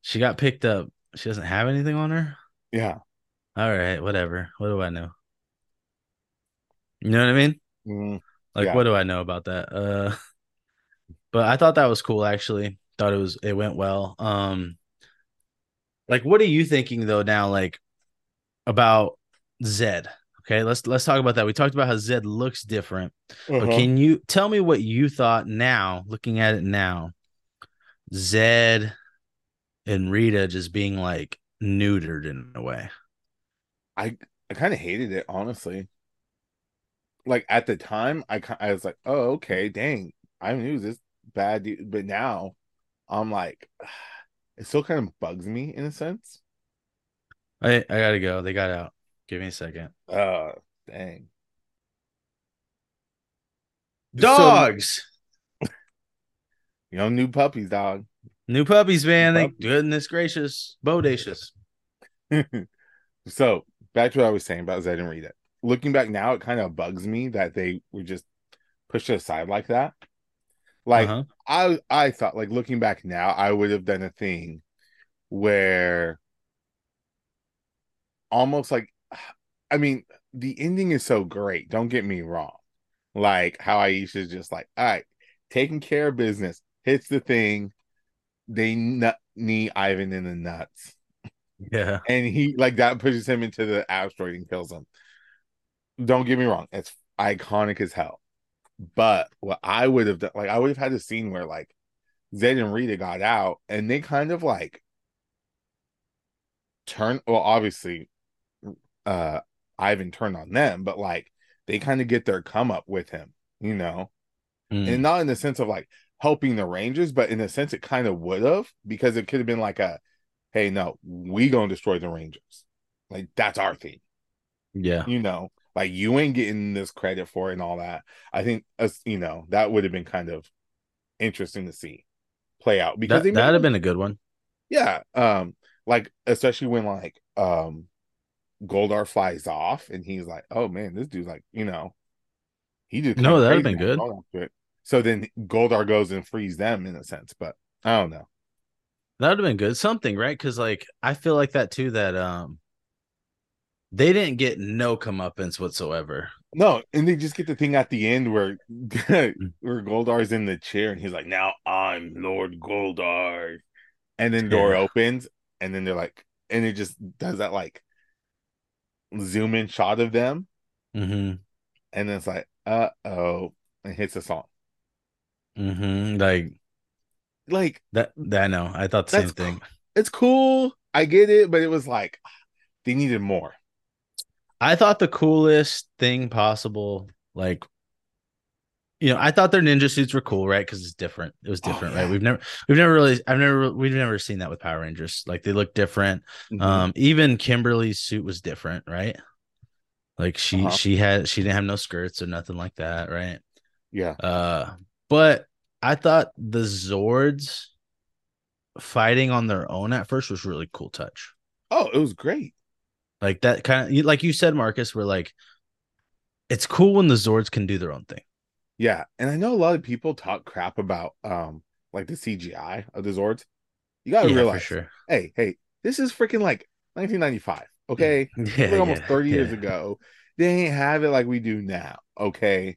Speaker 1: she got picked up. She doesn't have anything on her.
Speaker 2: Yeah.
Speaker 1: All right, whatever. What do I know? You know what I mean?
Speaker 2: Mhm.
Speaker 1: Like,
Speaker 2: Yeah.
Speaker 1: what do I know about that? Uh, but I thought that was cool. Actually, thought it was it went well. Um, like, what are you thinking though now? Like about Zed? Okay, let's let's talk about that. We talked about how Zed looks different, but
Speaker 2: Uh-huh.
Speaker 1: can you tell me what you thought now, looking at it now? Zed and Rita just being like neutered in a way.
Speaker 2: I I kind of hated it honestly. Like at the time, I ki- I was like, oh okay, dang, I knew this bad dude, but now I'm like, [SIGHS] it still kind of bugs me in a sense.
Speaker 1: I I gotta go. They got out. Give me a second.
Speaker 2: Uh, dang, So-
Speaker 1: Dogs.
Speaker 2: you know, new puppies, dog. [LAUGHS]
Speaker 1: New puppies, man.
Speaker 2: New
Speaker 1: They,
Speaker 2: puppies.
Speaker 1: goodness gracious. Bodacious.
Speaker 2: so back to what I was saying about Zed and Rita. Looking back now, it kind of bugs me that they were just pushed aside like that. Like
Speaker 1: uh-huh.
Speaker 2: I I thought like looking back now, I would have done a thing where almost like I mean, the ending is so great, don't get me wrong. Like how Aisha's just like, all right, taking care of business, hits the thing, they nut knee Ivan in the nuts.
Speaker 1: yeah.
Speaker 2: And he like that pushes him into the asteroid and kills him. Don't get me wrong, it's iconic as hell. But what I would have done, like I would have had a scene where like Zed and Rita got out and they kind of like turn well, obviously uh Ivan turned on them, but like they kind of get their come up with him, you know.
Speaker 1: Mm.
Speaker 2: And not in the sense of like helping the Rangers, but in a sense it kind of would have because it could have been like a hey, no, we gonna destroy the Rangers. Like that's our thing
Speaker 1: Yeah.
Speaker 2: you know, like you ain't getting this credit for it and all that. I think us, you know, that would have been kind of interesting to see play out because
Speaker 1: That,
Speaker 2: they
Speaker 1: would
Speaker 2: made
Speaker 1: have
Speaker 2: them-
Speaker 1: been a good one.
Speaker 2: yeah, um, like especially when like um Goldar flies off and he's like, oh man, this dude's like, you know, he just
Speaker 1: No,
Speaker 2: kinda
Speaker 1: that would've
Speaker 2: crazy
Speaker 1: been
Speaker 2: and
Speaker 1: good.
Speaker 2: all that shit. So then Goldar goes and frees them in a sense, but I don't know.
Speaker 1: That would have been good. Something, right? Because like I feel like that too, that um they didn't get no comeuppance whatsoever.
Speaker 2: No, and they just get the thing at the end where
Speaker 1: Mm.
Speaker 2: [LAUGHS] where Goldar's in the chair and he's like, "Now I'm Lord Goldar," and then door
Speaker 1: Yeah.
Speaker 2: opens, and then they're like, and it just does that like zoom in shot of them,
Speaker 1: Mm-hmm.
Speaker 2: and then it's like, "Uh oh," and hits a song
Speaker 1: Mm-hmm. Like
Speaker 2: like
Speaker 1: that, that I know. I thought the
Speaker 2: that's
Speaker 1: same thing.
Speaker 2: it's cool, I get it, but it was like they needed more.
Speaker 1: I thought the coolest thing possible, like you know, I thought their ninja suits were cool, right? Because it's different. It was
Speaker 2: Oh,
Speaker 1: different,
Speaker 2: yeah.
Speaker 1: right? We've never, we've never really, I've never, we've never seen that with Power Rangers. Like they look different.
Speaker 2: Mm-hmm.
Speaker 1: Um, even Kimberly's suit was different, right? Like she
Speaker 2: Uh-huh.
Speaker 1: she had she didn't have no skirts or nothing like that, right?
Speaker 2: yeah,
Speaker 1: Uh, but I thought the Zords fighting on their own at first was really cool touch.
Speaker 2: oh, it was great.
Speaker 1: Like that kind of like you said, Marcus, where like it's cool when the Zords can do their own thing.
Speaker 2: Yeah, and I know a lot of people talk crap about um like the CGI of the Zords. You gotta
Speaker 1: yeah,
Speaker 2: realize,
Speaker 1: for
Speaker 2: [LAUGHS]
Speaker 1: sure.
Speaker 2: hey, hey, this is freaking like 1995. Okay,
Speaker 1: Yeah,
Speaker 2: We're almost
Speaker 1: yeah,
Speaker 2: 30 years
Speaker 1: yeah.
Speaker 2: ago. They ain't have it like we do now. Okay,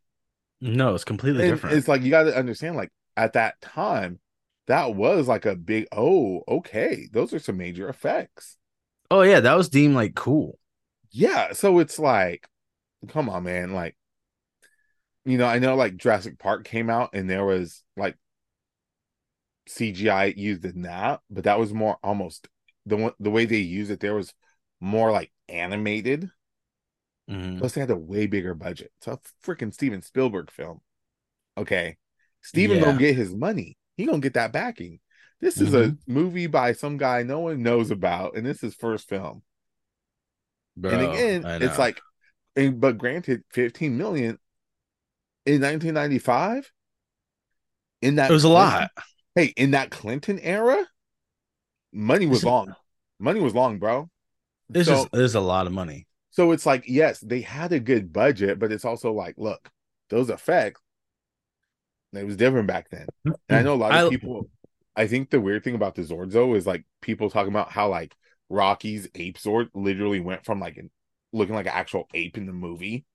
Speaker 1: No, it's completely
Speaker 2: And
Speaker 1: different.
Speaker 2: it's like you gotta understand, like at that time, that was like a big oh, okay, those are some major effects.
Speaker 1: oh yeah, that was deemed like cool.
Speaker 2: Yeah, so it's like, come on, man, like. You know, I know like Jurassic Park came out and there was like CGI used in that, but that was more almost the one the way they used it. There was more like animated.
Speaker 1: Mhm.
Speaker 2: Plus, they had a way bigger budget. It's a freaking Steven Spielberg film. Okay, Steven
Speaker 1: Yeah.
Speaker 2: gonna get his money. He gonna get that backing. This is a
Speaker 1: Mm-hmm.
Speaker 2: movie by some guy no one knows about, and this is first film. and
Speaker 1: Bro,
Speaker 2: again,
Speaker 1: I
Speaker 2: it's
Speaker 1: know.
Speaker 2: like, and, but granted, fifteen million in nineteen ninety five. In that
Speaker 1: it was a
Speaker 2: Clinton-
Speaker 1: lot.
Speaker 2: Hey, in that Clinton era, money was
Speaker 1: It's-
Speaker 2: long. Money was long, bro.
Speaker 1: It's
Speaker 2: so,
Speaker 1: just there's a lot of money.
Speaker 2: so it's like, yes, they had a good budget, but it's also like, look, those effects, it was different back then. And I know a lot of
Speaker 1: I-
Speaker 2: people. I think the weird thing about the Zords though is like people talking about how like Rocky's ape Zord literally went from like an- looking like an actual ape in the movie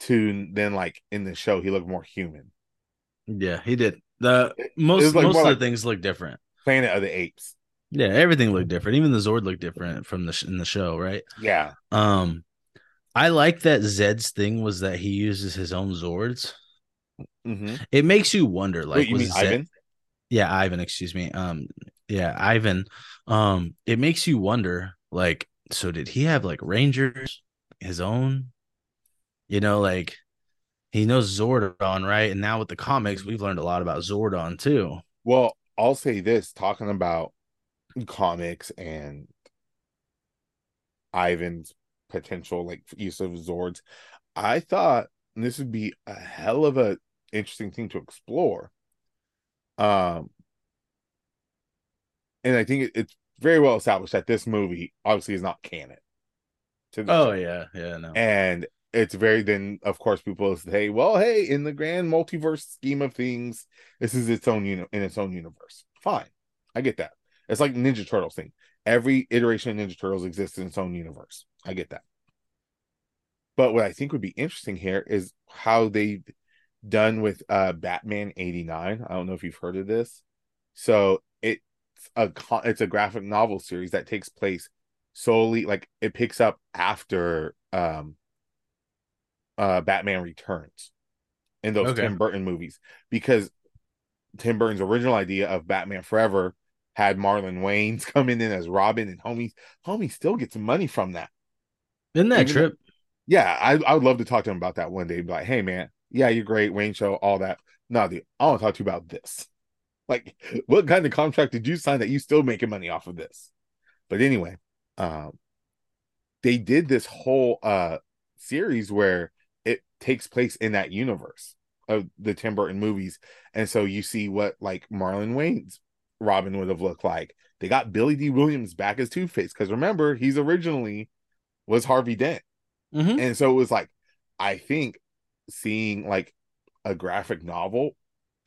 Speaker 2: to then like in the show he looked more human.
Speaker 1: Yeah, he did. The
Speaker 2: it
Speaker 1: most
Speaker 2: was like
Speaker 1: most
Speaker 2: more
Speaker 1: of
Speaker 2: like-
Speaker 1: the things look different.
Speaker 2: Planet of the Apes.
Speaker 1: Yeah, everything looked different. Even the Zord looked different from the sh- in the show, right?
Speaker 2: Yeah.
Speaker 1: Um, I like that Zed's thing was that he uses his own Zords.
Speaker 2: Mm-hmm.
Speaker 1: It makes you wonder, like,
Speaker 2: Wait, you
Speaker 1: was
Speaker 2: mean
Speaker 1: Zed-
Speaker 2: Ivan?
Speaker 1: yeah ivan excuse me um yeah ivan um it makes you wonder like so did he have like rangers his own you know like he knows zordon right and now with the comics we've learned a lot about zordon too
Speaker 2: Well, I'll say this talking about comics and Ivan's potential like use of Zords. I thought this would be a hell of a interesting thing to explore. Um and I think it, it's very well established that this movie obviously is not canon. To the
Speaker 1: oh
Speaker 2: show.
Speaker 1: yeah yeah no
Speaker 2: And it's very then of course people say, well, hey, in the grand multiverse scheme of things, this is its own uni- in its own universe. Fine. I get that. It's like Ninja Turtles thing. Every iteration of Ninja Turtles exists in its own universe. I get that. But what I think would be interesting here is how they've done with uh Batman 89. I don't know if you've heard of this. So it's a co- it's a graphic novel series that takes place solely like it picks up after um uh Batman Returns in those
Speaker 1: Okay.
Speaker 2: Tim Burton movies because Tim Burton's original idea of Batman Forever had Marlon Wayne's [LAUGHS] coming in as Robin and homies homies still gets money from that.
Speaker 1: isn't that
Speaker 2: even-
Speaker 1: trip
Speaker 2: Yeah, I, I would love to talk to him about that one day. Be like, hey man, yeah, you're great, Wayne Show, all that. No, dude, I want to talk to you about this. [LAUGHS] Like, what kind of contract did you sign that you still making money off of this? But anyway, um, they did this whole uh series where it takes place in that universe of the Tim Burton movies, and so you see what like Marlon Wayne's Robin would have looked like. They got Billy D. Williams back as Two Face because remember he's originally was Harvey Dent.
Speaker 1: mm-hmm.
Speaker 2: And so it was like, I think seeing like a graphic novel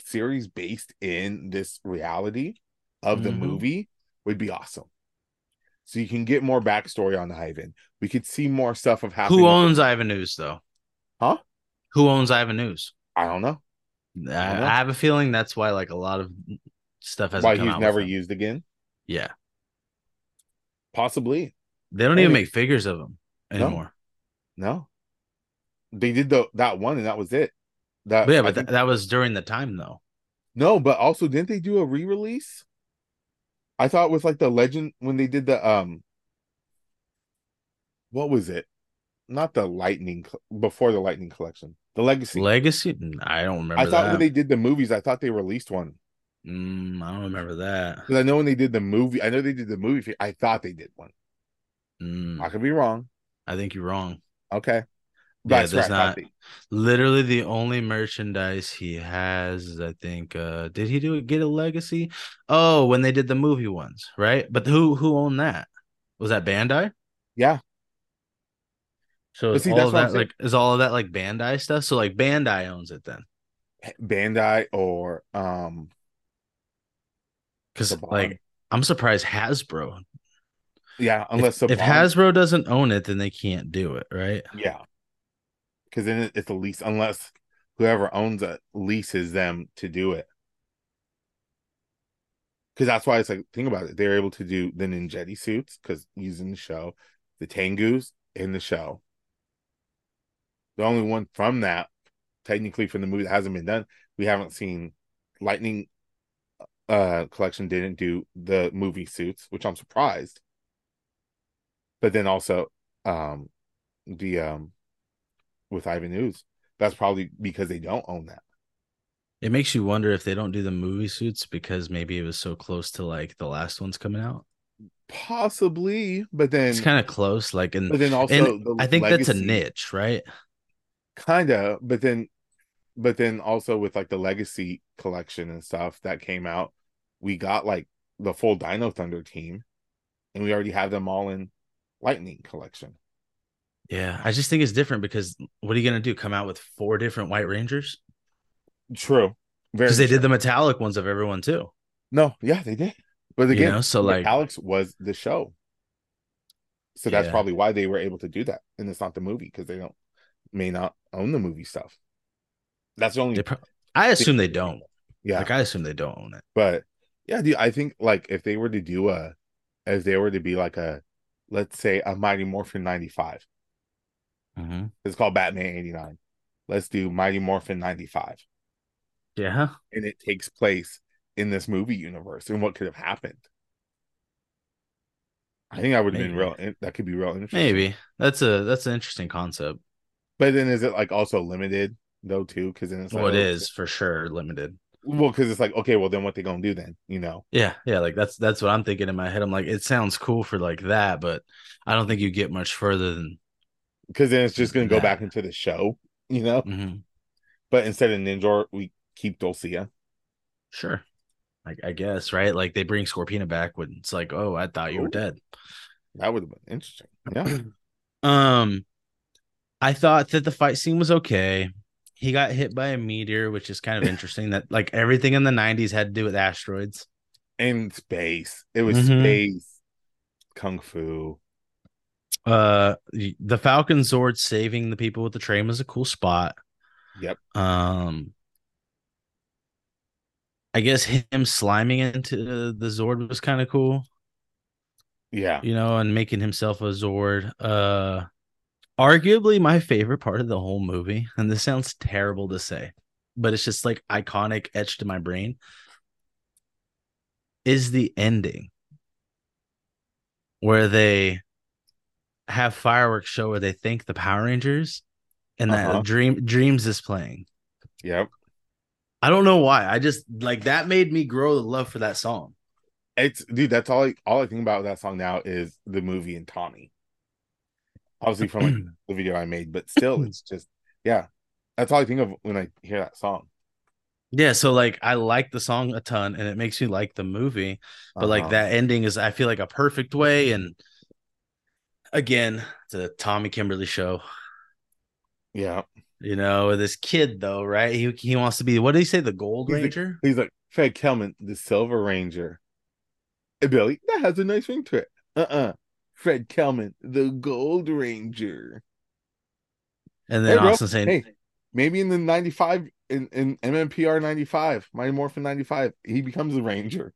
Speaker 2: series based in this reality of the
Speaker 1: Mhm.
Speaker 2: movie would be awesome. So you can get more backstory on Ivan. We could see more stuff of happening.
Speaker 1: who
Speaker 2: with-
Speaker 1: owns ivan news though
Speaker 2: Huh?
Speaker 1: who owns ivan news
Speaker 2: I don't know.
Speaker 1: I,
Speaker 2: don't know.
Speaker 1: I have a feeling that's why like a lot of stuff hasn't
Speaker 2: Why
Speaker 1: come
Speaker 2: he's
Speaker 1: out
Speaker 2: never
Speaker 1: with him.
Speaker 2: used again?
Speaker 1: yeah
Speaker 2: Possibly.
Speaker 1: they don't even
Speaker 2: Maybe.
Speaker 1: make figures of him
Speaker 2: No.
Speaker 1: anymore
Speaker 2: No. They did the that one and that was it. That
Speaker 1: but yeah
Speaker 2: I
Speaker 1: but
Speaker 2: think-
Speaker 1: tha- that was during the time though
Speaker 2: No, but also didn't they do a re-release? I thought with like the legend when they did the um what was it? Not the lightning Co- before the lightning collection. The legacy.
Speaker 1: Legacy? Mm, I don't remember
Speaker 2: I thought
Speaker 1: that.
Speaker 2: when they did the movies, I thought they released one.
Speaker 1: Mm, I don't remember that.
Speaker 2: Because I know when they did the movie, I know they did the movie. fe- I thought they did one.
Speaker 1: Mm,
Speaker 2: I could be wrong.
Speaker 1: I think you're wrong.
Speaker 2: Okay.
Speaker 1: Yeah,
Speaker 2: That's
Speaker 1: there's
Speaker 2: right.
Speaker 1: not- Literally, the only merchandise he has is, I think, uh, did he do it? Get a legacy? Oh, when they did the movie ones, right? But who who owned that? Was that Bandai?
Speaker 2: Yeah.
Speaker 1: So
Speaker 2: But
Speaker 1: is
Speaker 2: see,
Speaker 1: all
Speaker 2: that's
Speaker 1: of
Speaker 2: what I'm
Speaker 1: that
Speaker 2: saying.
Speaker 1: like is all of that like Bandai stuff? So like Bandai owns it then.
Speaker 2: Bandai or um
Speaker 1: Because
Speaker 2: Saban.
Speaker 1: like I'm surprised Hasbro.
Speaker 2: yeah, unless
Speaker 1: if, if
Speaker 2: Saban-
Speaker 1: Hasbro doesn't own it, then they can't do it, right?
Speaker 2: yeah, because then it- it's a lease unless whoever owns it leases them to do it. Because that's why it's like think about it. They're able to do the Ninjetti suits because he's in the show, the Tengu's in the show. The only one from that, technically from the movie that hasn't been done, we haven't seen. Lightning uh collection didn't do the movie suits, which I'm surprised. But then also, um, the um with Ivan News. That's probably because they don't own that.
Speaker 1: It makes you wonder if they don't do the movie suits because maybe it was so close to like the last one's coming out.
Speaker 2: Possibly, but then
Speaker 1: it's kind of close, like, and
Speaker 2: but then also the
Speaker 1: I think that's a
Speaker 2: legacy-
Speaker 1: niche, right?
Speaker 2: Kinda, but then but then also with like the legacy collection and stuff that came out, we got like the full Dino Thunder team, and we already have them all in Lightning collection.
Speaker 1: Yeah, I just think it's different because what are you gonna do? Come out with four different White Rangers
Speaker 2: True. Very
Speaker 1: because they
Speaker 2: true.
Speaker 1: did the metallic ones of everyone too.
Speaker 2: No, yeah, they did. But
Speaker 1: You
Speaker 2: again,
Speaker 1: know, so like,
Speaker 2: Alex was the show. So that's
Speaker 1: Yeah.
Speaker 2: probably why they were able to do that. And it's not the movie because they don't may not own the movie stuff. That's the only
Speaker 1: they pro- I assume they don't.
Speaker 2: yeah.
Speaker 1: Like, I assume they don't own it.
Speaker 2: but yeah, dude, I think like if they were to do a if they were to be like a let's say a Mighty Morphin 95.
Speaker 1: Mm-hmm.
Speaker 2: It's called Batman 89. Let's do Mighty Morphin 95.
Speaker 1: Yeah,
Speaker 2: And it takes place in this movie universe and what could have happened. I think I would have been
Speaker 1: Maybe.
Speaker 2: real that could be real interesting.
Speaker 1: maybe that's a that's an interesting concept.
Speaker 2: But then is it like also limited though too? Because then it's like
Speaker 1: well, it
Speaker 2: oh,
Speaker 1: is for sure limited.
Speaker 2: well because it's like okay, well then what they gonna do then? You know,
Speaker 1: Yeah, yeah, like that's that's what I'm thinking in my head. I'm like, it sounds cool for like that, but I don't think you get much further than.
Speaker 2: because then it's just gonna go
Speaker 1: Yeah.
Speaker 2: back into the show. You know,
Speaker 1: Mhm.
Speaker 2: but instead of Ninja, we keep Dulcia.
Speaker 1: Sure. Like I guess, right? Like they bring Scorpina back when it's like, oh, I thought you were
Speaker 2: Ooh.
Speaker 1: dead.
Speaker 2: That would have been interesting. Yeah,
Speaker 1: [CLEARS THROAT] Um I thought that the fight scene was okay. He got hit by a meteor, which is [LAUGHS] kind of interesting that like everything in the 90s had to do with asteroids.
Speaker 2: in space, it was
Speaker 1: Mhm.
Speaker 2: space kung fu.
Speaker 1: Uh the the Falcon Zord saving the people with the train was a cool spot.
Speaker 2: Yep.
Speaker 1: Um I guess him sliming into the Zord was kind of cool.
Speaker 2: Yeah,
Speaker 1: you know, and making himself a Zord. Uh, arguably my favorite part of the whole movie, and this sounds terrible to say, but it's just like iconic, etched in my brain, is the ending where they have fireworks show where they thank the Power Rangers, and
Speaker 2: Uh-huh.
Speaker 1: that Dream Dreams is playing.
Speaker 2: yep.
Speaker 1: I don't know why. I just like that made me grow the love for that song.
Speaker 2: It's dude. That's all. I, all I think about with that song now is the movie and Tommy. Obviously from like, the video I made, but still, it's just yeah. That's all I think of when I hear that song.
Speaker 1: [CLEARS THROAT] Yeah, so like I like the song a ton and it makes me like the movie, but like
Speaker 2: Uh-huh.
Speaker 1: that ending is I feel like a perfect way and again, it's a Tommy Kimberly show.
Speaker 2: Yeah.
Speaker 1: You know, this kid though, right? He he wants to be what did he say, the Gold
Speaker 2: He's the-
Speaker 1: Ranger?
Speaker 2: He's like, Fred Kelman, the Silver Ranger. And Billy, that has a nice ring to it. Uh uh Fred Kelman, the Gold Ranger.
Speaker 1: And then
Speaker 2: Hey, bro.
Speaker 1: Austin saying,
Speaker 2: Hey. Maybe in the 95, in, in MMPR 95, Mighty Morphin 95, he becomes a Ranger.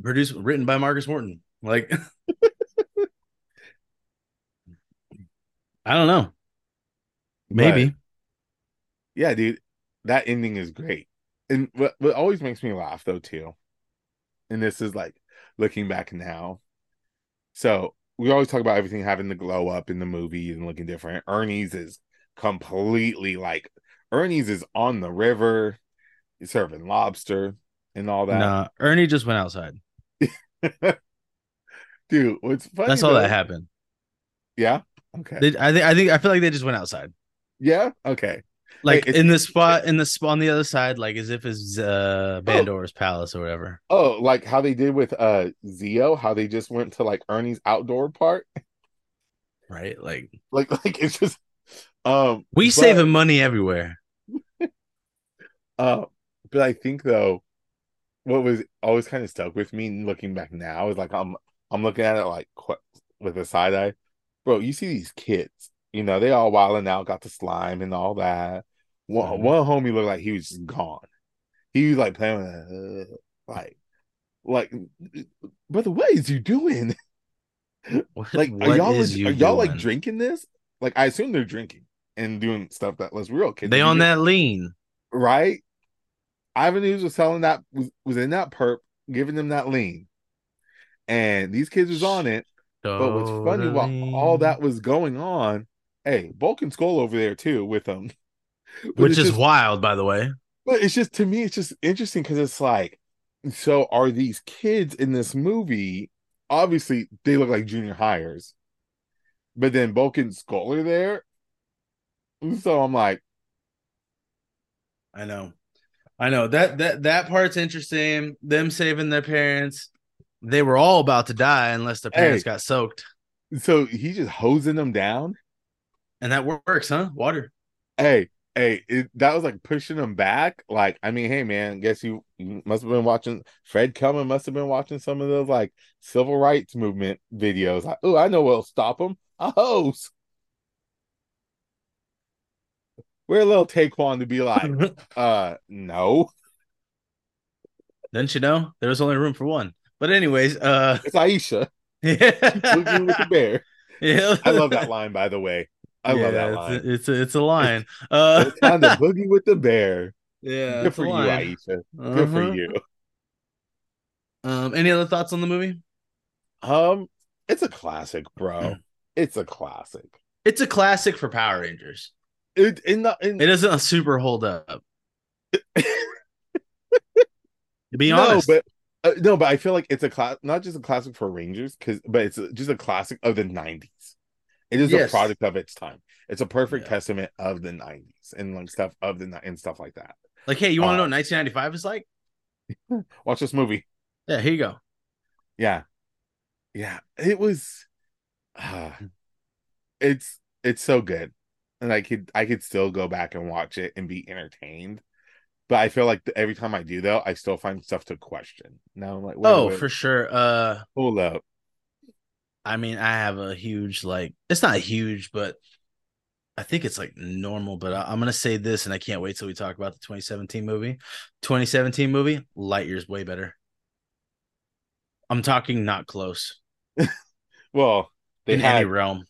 Speaker 1: produced written by Marcus Morton. Like [LAUGHS] I don't know. Maybe.
Speaker 2: But, yeah, dude, that ending is great. And what, what always makes me laugh, though, too, and this is like looking back now. So we always talk about everything having the glow up in the movie and looking different. Ernie's is completely like Ernie's is on the river, he's serving lobster and all that.
Speaker 1: Nah, Ernie just went outside.
Speaker 2: Dude, what's funny?
Speaker 1: That's all
Speaker 2: though-
Speaker 1: that happened.
Speaker 2: Yeah. Okay.
Speaker 1: They, I think I think I feel like they just went outside.
Speaker 2: yeah. Okay.
Speaker 1: like
Speaker 2: it's-
Speaker 1: in
Speaker 2: [LAUGHS]
Speaker 1: the spot in the spot on the other side like as if it's uh bandor's palace or whatever
Speaker 2: Oh, like how they did with uh Zio, how they just went to like Ernie's outdoor part.
Speaker 1: right like
Speaker 2: [LAUGHS] Like like it's just um
Speaker 1: we
Speaker 2: but-
Speaker 1: saving money everywhere
Speaker 2: Uh, but I think though, what was always kind of stuck with me looking back now is like I'm I'm looking at it like qu- with a side eye, bro. You see these kids, you know, they all wilding out, got the slime and all that. One
Speaker 1: Mhm.
Speaker 2: one homie looked like he was just gone. He was like playing with, uh, like, like, brother, what is you doing? [LAUGHS]
Speaker 1: What,
Speaker 2: Like,
Speaker 1: what
Speaker 2: are y'all
Speaker 1: is
Speaker 2: leg-
Speaker 1: you
Speaker 2: are y'all like
Speaker 1: doing?
Speaker 2: drinking this? Like, I assume they're drinking and doing stuff that was real kids.
Speaker 1: They
Speaker 2: would
Speaker 1: on
Speaker 2: do
Speaker 1: that lean.
Speaker 2: right? Ivan News was selling that was, was in that perp, giving them that lean, and these kids was on it. But what's funny while all
Speaker 1: Totally.
Speaker 2: that was going on, hey, Bulk and Skull over there too with them, [LAUGHS] But
Speaker 1: which
Speaker 2: it's
Speaker 1: is
Speaker 2: just,
Speaker 1: wild, by the way.
Speaker 2: but it's just to me, it's just interesting because it's like, so are these kids in this movie? Obviously, they look like junior hires, but then Bulk and Skull are there, so I'm like,
Speaker 1: I know, I know that that that part's interesting. Them saving their parents. They were all about to die unless their parents got soaked,
Speaker 2: so he just hosing them down.
Speaker 1: and that works, huh? Water. [LAUGHS]
Speaker 2: Hey, hey, it, that was like pushing him back. Like, I mean, hey, man, guess you you must have been watching Fred Cummins must have been watching some of those like civil rights movement videos. Like, oh, I know what'll stop him. A hose. We're a little Taekwon to
Speaker 1: [LAUGHS]
Speaker 2: be like, uh, no.
Speaker 1: Didn't you know there was only room for one? But anyways, uh, [LAUGHS]
Speaker 2: It's Aisha. Look you with the
Speaker 1: yeah,
Speaker 2: bear. I love that line, by the way. I love that
Speaker 1: it's a- [LAUGHS]
Speaker 2: line.
Speaker 1: It's a, it's a line. Uh,
Speaker 2: It's time to boogie with the bear.
Speaker 1: yeah,
Speaker 2: Good
Speaker 1: it's a
Speaker 2: for you,
Speaker 1: line.
Speaker 2: Aisha. Good for
Speaker 1: Uh-huh.
Speaker 2: you.
Speaker 1: Um, any other thoughts on the movie?
Speaker 2: Um, it's a classic,
Speaker 1: Hmm.
Speaker 2: bro. It's a classic.
Speaker 1: It's a classic for Power Rangers.
Speaker 2: It in the in,
Speaker 1: It doesn't super hold up. To be honest,
Speaker 2: No, but uh, no, but I feel like it's a class, not just a classic for Rangers, because but it's a- just a classic of the '90s. It is
Speaker 1: Yes.
Speaker 2: a product of its time. It's a perfect
Speaker 1: Yeah.
Speaker 2: testament of the '90s and like stuff of the ni- and stuff like that.
Speaker 1: like, hey, you want to
Speaker 2: uh,
Speaker 1: know what 1995 is like?
Speaker 2: Watch this movie.
Speaker 1: Yeah, here you go.
Speaker 2: Yeah, yeah. It was. Uh,
Speaker 1: Mm.
Speaker 2: it's it's so good, and I could I could still go back and watch it and be entertained. But I feel like every time I do though, I still find stuff to question. Now I'm like, wait,
Speaker 1: oh,
Speaker 2: wait,
Speaker 1: for sure. Uh,
Speaker 2: hold up.
Speaker 1: I mean, I have a huge like. It's not huge, but I think it's like normal. But I, I'm gonna say this, and I can't wait till we talk about the 2017 movie. 2017 movie, Lightyear's way better. I'm talking not close
Speaker 2: Well, they
Speaker 1: in
Speaker 2: had
Speaker 1: any realm.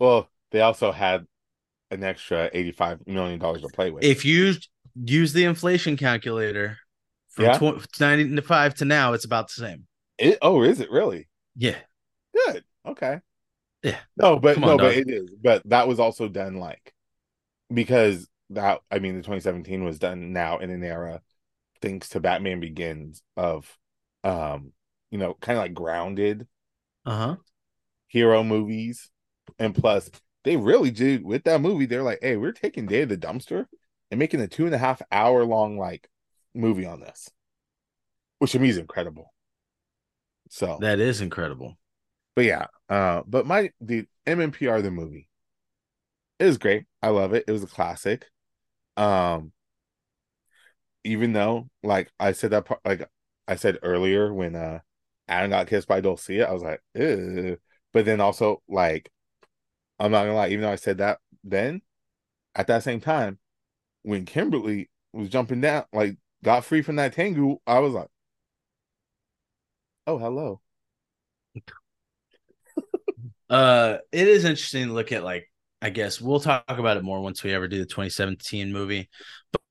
Speaker 2: Well, they also had an extra eighty-five million dollars to play with.
Speaker 1: If you use the inflation calculator from
Speaker 2: Yeah?
Speaker 1: tw- 95 to now, it's about the same.
Speaker 2: It- oh, is it really
Speaker 1: Yeah,
Speaker 2: good? Okay.
Speaker 1: Yeah.
Speaker 2: No, but
Speaker 1: Come
Speaker 2: no,
Speaker 1: on,
Speaker 2: but
Speaker 1: dog.
Speaker 2: it is. But that was also done like because that I mean the 2017 was done now in an era thanks to Batman Begins of um you know kind of like grounded
Speaker 1: uh huh.
Speaker 2: hero movies and plus they really did with that movie they're like hey we're taking Day of the Dumpster and making a two and a half hour long like movie on this which to me is incredible so
Speaker 1: That is incredible.
Speaker 2: but yeah uh but my the MNPR the movie it was great I love it it was a classic um even though like I said that part like I said earlier when uh Adam got kissed by Dulcia I was like Ew. but then also like I'm not gonna lie even though I said that then at that same time when Kimberly was jumping down like got free from that Tengu I was like oh hello
Speaker 1: Uh, it is interesting to look at. Like, I guess we'll talk about it more once we ever do the 2017 movie.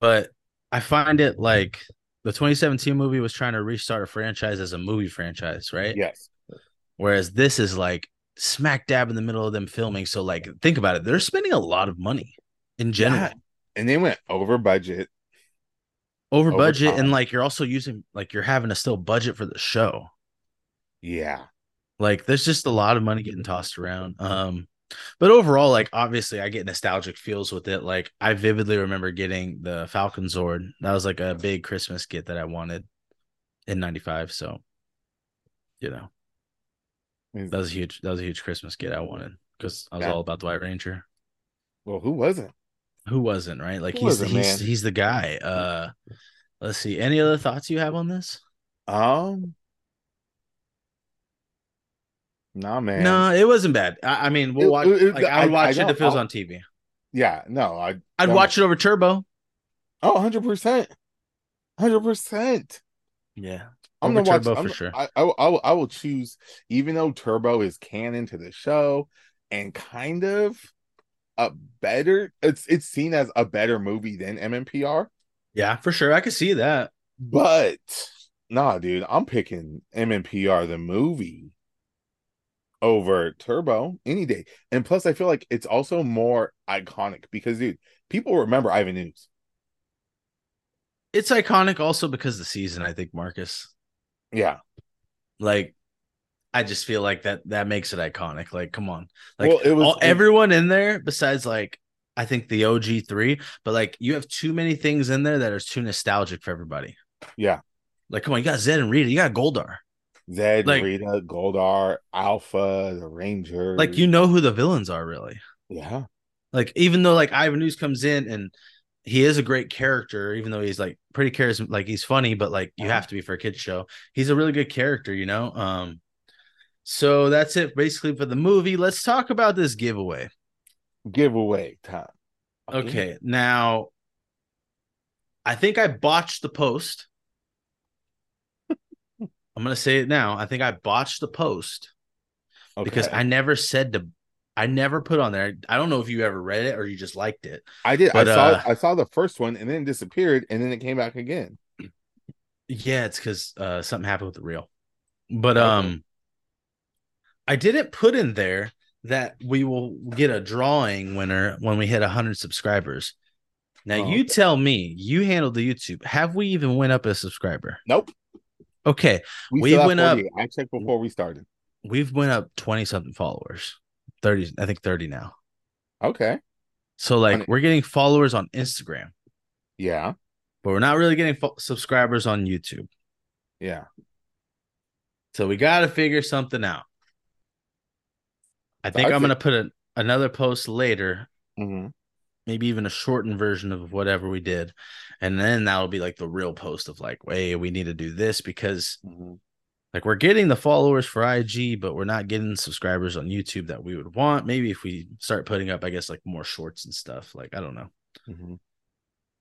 Speaker 1: But I find it like the 2017 movie was trying to restart a franchise as a movie franchise, right?
Speaker 2: yes
Speaker 1: Whereas this is like smack dab in the middle of them filming. So, like, think about it. They're spending a lot of money in general.
Speaker 2: Yeah. and they went over budget
Speaker 1: Over
Speaker 2: Over
Speaker 1: budget,
Speaker 2: time.
Speaker 1: and like you're also using like you're having to still budget for the show.
Speaker 2: Yeah.
Speaker 1: like there's just a lot of money getting tossed around um but overall like obviously i get nostalgic feels with it like i vividly remember getting the falcon zord that was like a big christmas kit that i wanted in 95 so you know that was a huge that was a huge christmas kit i wanted because i was
Speaker 2: Yeah.
Speaker 1: all about the white ranger
Speaker 2: Well, who wasn't?
Speaker 1: who wasn't right? Like
Speaker 2: Who
Speaker 1: he's
Speaker 2: wasn't,
Speaker 1: he's
Speaker 2: man?
Speaker 1: he's the guy. Uh, let's see. Any other thoughts you have on this?
Speaker 2: Um, nah, man.
Speaker 1: No, it wasn't bad. I, I mean, we'll
Speaker 2: It-
Speaker 1: watch.
Speaker 2: it- it-
Speaker 1: like, I would
Speaker 2: I- I
Speaker 1: watch it
Speaker 2: know.
Speaker 1: if it was
Speaker 2: I'll-
Speaker 1: on TV.
Speaker 2: Yeah, no, I
Speaker 1: I'd
Speaker 2: don't-
Speaker 1: watch it over Turbo.
Speaker 2: oh, 100 percent, hundred percent.
Speaker 1: Yeah,
Speaker 2: I'm
Speaker 1: Over
Speaker 2: gonna watch.
Speaker 1: Turbo
Speaker 2: I'm,
Speaker 1: for sure.
Speaker 2: I, I, will- I, will, I will choose, even though Turbo is canon to the show and kind of a better. It's it's seen as a better movie than MMPR,
Speaker 1: yeah, for sure. I could see that.
Speaker 2: but nah, dude, I'm picking MMPR the movie over Turbo any day. And plus, I feel like it's also more iconic because, dude, people remember Ivan News.
Speaker 1: It's iconic also because the season. I think Marcus.
Speaker 2: Yeah,
Speaker 1: Like, I just feel like that that makes it iconic. Like, come on. Like
Speaker 2: well, it was
Speaker 1: all, everyone in there besides like I think the OG three, but like you have too many things in there that are too nostalgic for everybody.
Speaker 2: Yeah.
Speaker 1: Like, come on, you got Zed and Rita, you got Goldar.
Speaker 2: Zed,
Speaker 1: like-
Speaker 2: Rita, Goldar, Alpha, the Ranger.
Speaker 1: Like, you know who the villains are, really.
Speaker 2: yeah,
Speaker 1: Like, even though like Ivan News comes in and he is a great character, even though he's like pretty charismatic, like he's funny, but like you
Speaker 2: Uh-huh.
Speaker 1: have to be for a kid's show. He's a really good character, you know? Um, so that's it basically for the movie. Let's talk about this giveaway.
Speaker 2: giveaway time.
Speaker 1: Okay, now I think I botched the
Speaker 2: [LAUGHS]
Speaker 1: post. I'm gonna say it now. I think I botched the post
Speaker 2: Okay.
Speaker 1: because I never said to. I never put on there. I don't know if you ever read it or you just liked it.
Speaker 2: I did.
Speaker 1: but,
Speaker 2: I saw.
Speaker 1: uh,
Speaker 2: I saw the first one, and then it disappeared, and then it came back again.
Speaker 1: Yeah, it's because uh, something happened with the reel. But
Speaker 2: Okay.
Speaker 1: um, I didn't put in there that we will get a drawing winner when we hit 100 subscribers. Now
Speaker 2: Oh,
Speaker 1: you tell me, you handled the YouTube. Have we even went up a subscriber?
Speaker 2: Nope.
Speaker 1: Okay, We
Speaker 2: still have
Speaker 1: went up-
Speaker 2: 48. I checked before we started.
Speaker 1: we've went up 20 something followers 30 i think 30 now
Speaker 2: Okay.
Speaker 1: so like
Speaker 2: On-
Speaker 1: we're getting followers on instagram
Speaker 2: Yeah.
Speaker 1: but we're not really getting fo- subscribers on youtube
Speaker 2: Yeah.
Speaker 1: so we gotta figure something out i think
Speaker 2: I
Speaker 1: i'm gonna put a, another post later
Speaker 2: hmm
Speaker 1: maybe even a shortened version of whatever we did and then that'll be like the real post of like hey we need to do this because
Speaker 2: Mm-hmm.
Speaker 1: like we're getting the followers for IG, but we're not getting subscribers on YouTube that we would want. Maybe if we start putting up, I guess like more shorts and stuff. Like I don't know, Mm-hmm.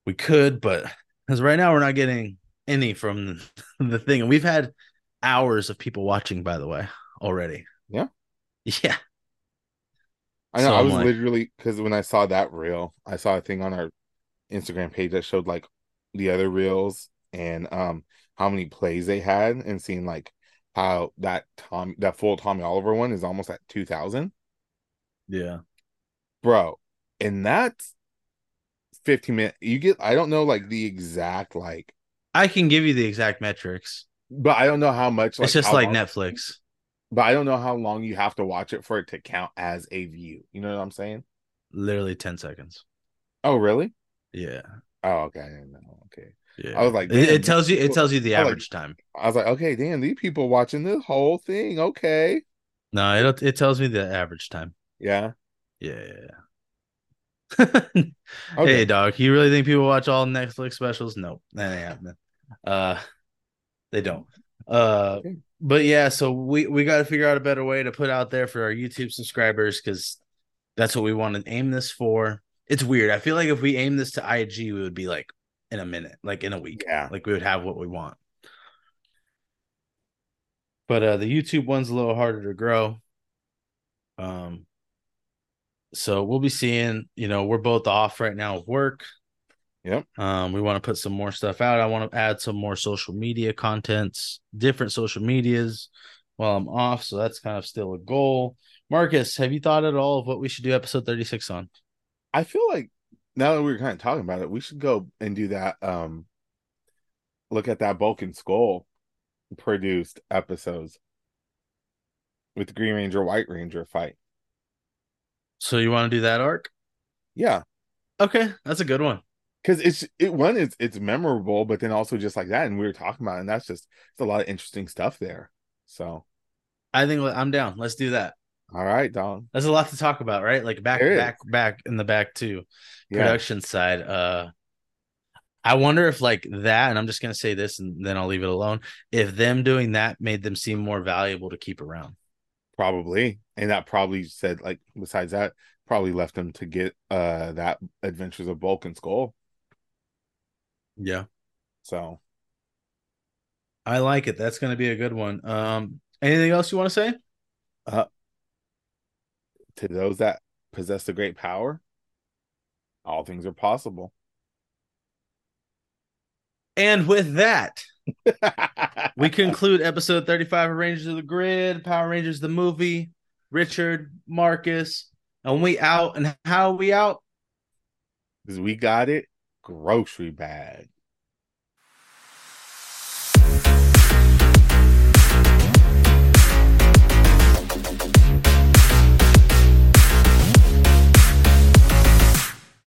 Speaker 1: we could, but because right now we're not getting any from [LAUGHS] the thing, and we've had hours of people watching. By the way, already.
Speaker 2: Yeah.
Speaker 1: Yeah.
Speaker 2: I know.
Speaker 1: So
Speaker 2: I
Speaker 1: I'm
Speaker 2: was
Speaker 1: like-
Speaker 2: literally because when I saw that reel, I saw a thing on our Instagram page that showed like the other reels and um how many plays they had, and seeing like how that Tom that full Tommy Oliver one is almost at two thousand,
Speaker 1: Yeah.
Speaker 2: bro. And that's fifteen minute. You get. I don't know like the exact like,
Speaker 1: I can give you the exact metrics.
Speaker 2: but I don't know how much.
Speaker 1: it's just
Speaker 2: how
Speaker 1: like
Speaker 2: long-
Speaker 1: Netflix.
Speaker 2: But I don't know how long you have to watch it for it to count as a view. You know what I'm saying?
Speaker 1: Literally ten seconds.
Speaker 2: Oh, really?
Speaker 1: Yeah.
Speaker 2: Oh, okay. I didn't know. Okay.
Speaker 1: Yeah.
Speaker 2: I was like,
Speaker 1: It- it,
Speaker 2: damn,
Speaker 1: tells you. It
Speaker 2: people-
Speaker 1: tells you the
Speaker 2: I like-
Speaker 1: average time.
Speaker 2: I was like, okay, damn, these people watching this whole thing. Okay.
Speaker 1: No, it it tells me the average time.
Speaker 2: Yeah.
Speaker 1: Yeah. yeah, yeah. [LAUGHS]
Speaker 2: Okay.
Speaker 1: Hey, dog. You really think people watch all Netflix specials? Nope, that ain't happening. Uh, they don't. Uh,
Speaker 2: Okay.
Speaker 1: but yeah. So we we got to figure out a better way to put out there for our YouTube subscribers because that's what we want to aim this for. It's weird. I feel like if we aim this to IG, we would be like in a minute, like in a week,
Speaker 2: Yeah.
Speaker 1: like we would have what we want. But uh, the YouTube one's a little harder to grow. Um, so we'll be seeing you know we're both off right now of work
Speaker 2: Yep.
Speaker 1: um we want to put some more stuff out i want to add some more social media contents different social medias while i'm off so that's kind of still a goal marcus have you thought at all of what we should do episode 36 on
Speaker 2: I feel like now that we were kind of talking about it, we should go and do that. Um, look at that Bulk and Skull produced episodes with Green Ranger, White Ranger fight.
Speaker 1: so you want to do that arc
Speaker 2: Yeah.
Speaker 1: okay that's a good one
Speaker 2: Cause it's it one is it's memorable, but then also just like that, and we were talking about, it, and that's just it's a lot of interesting stuff there. So
Speaker 1: i think i'm down let's do that
Speaker 2: All right, Don.
Speaker 1: There's a lot to talk about, right? Like back,
Speaker 2: There is.
Speaker 1: back, back in the back too.
Speaker 2: Yeah.
Speaker 1: Production side. Uh, I wonder if like that, and I'm just gonna say this, and then I'll leave it alone. If them doing that made them seem more valuable to keep around.
Speaker 2: Probably. And that probably said like besides that, probably left him to get uh that Adventures of Bulk and Skull.
Speaker 1: Yeah,
Speaker 2: So
Speaker 1: I like it. That's gonna be a good one. Um, anything else you want to say?
Speaker 2: to those that possess the great power, all things are possible. [LAUGHS]
Speaker 1: And with that,
Speaker 2: [LAUGHS]
Speaker 1: we conclude episode 35 of Rangers of the Grid, Power Rangers the movie, Richard, Marcus, and we out. And how we out?
Speaker 2: Because we got it grocery bag.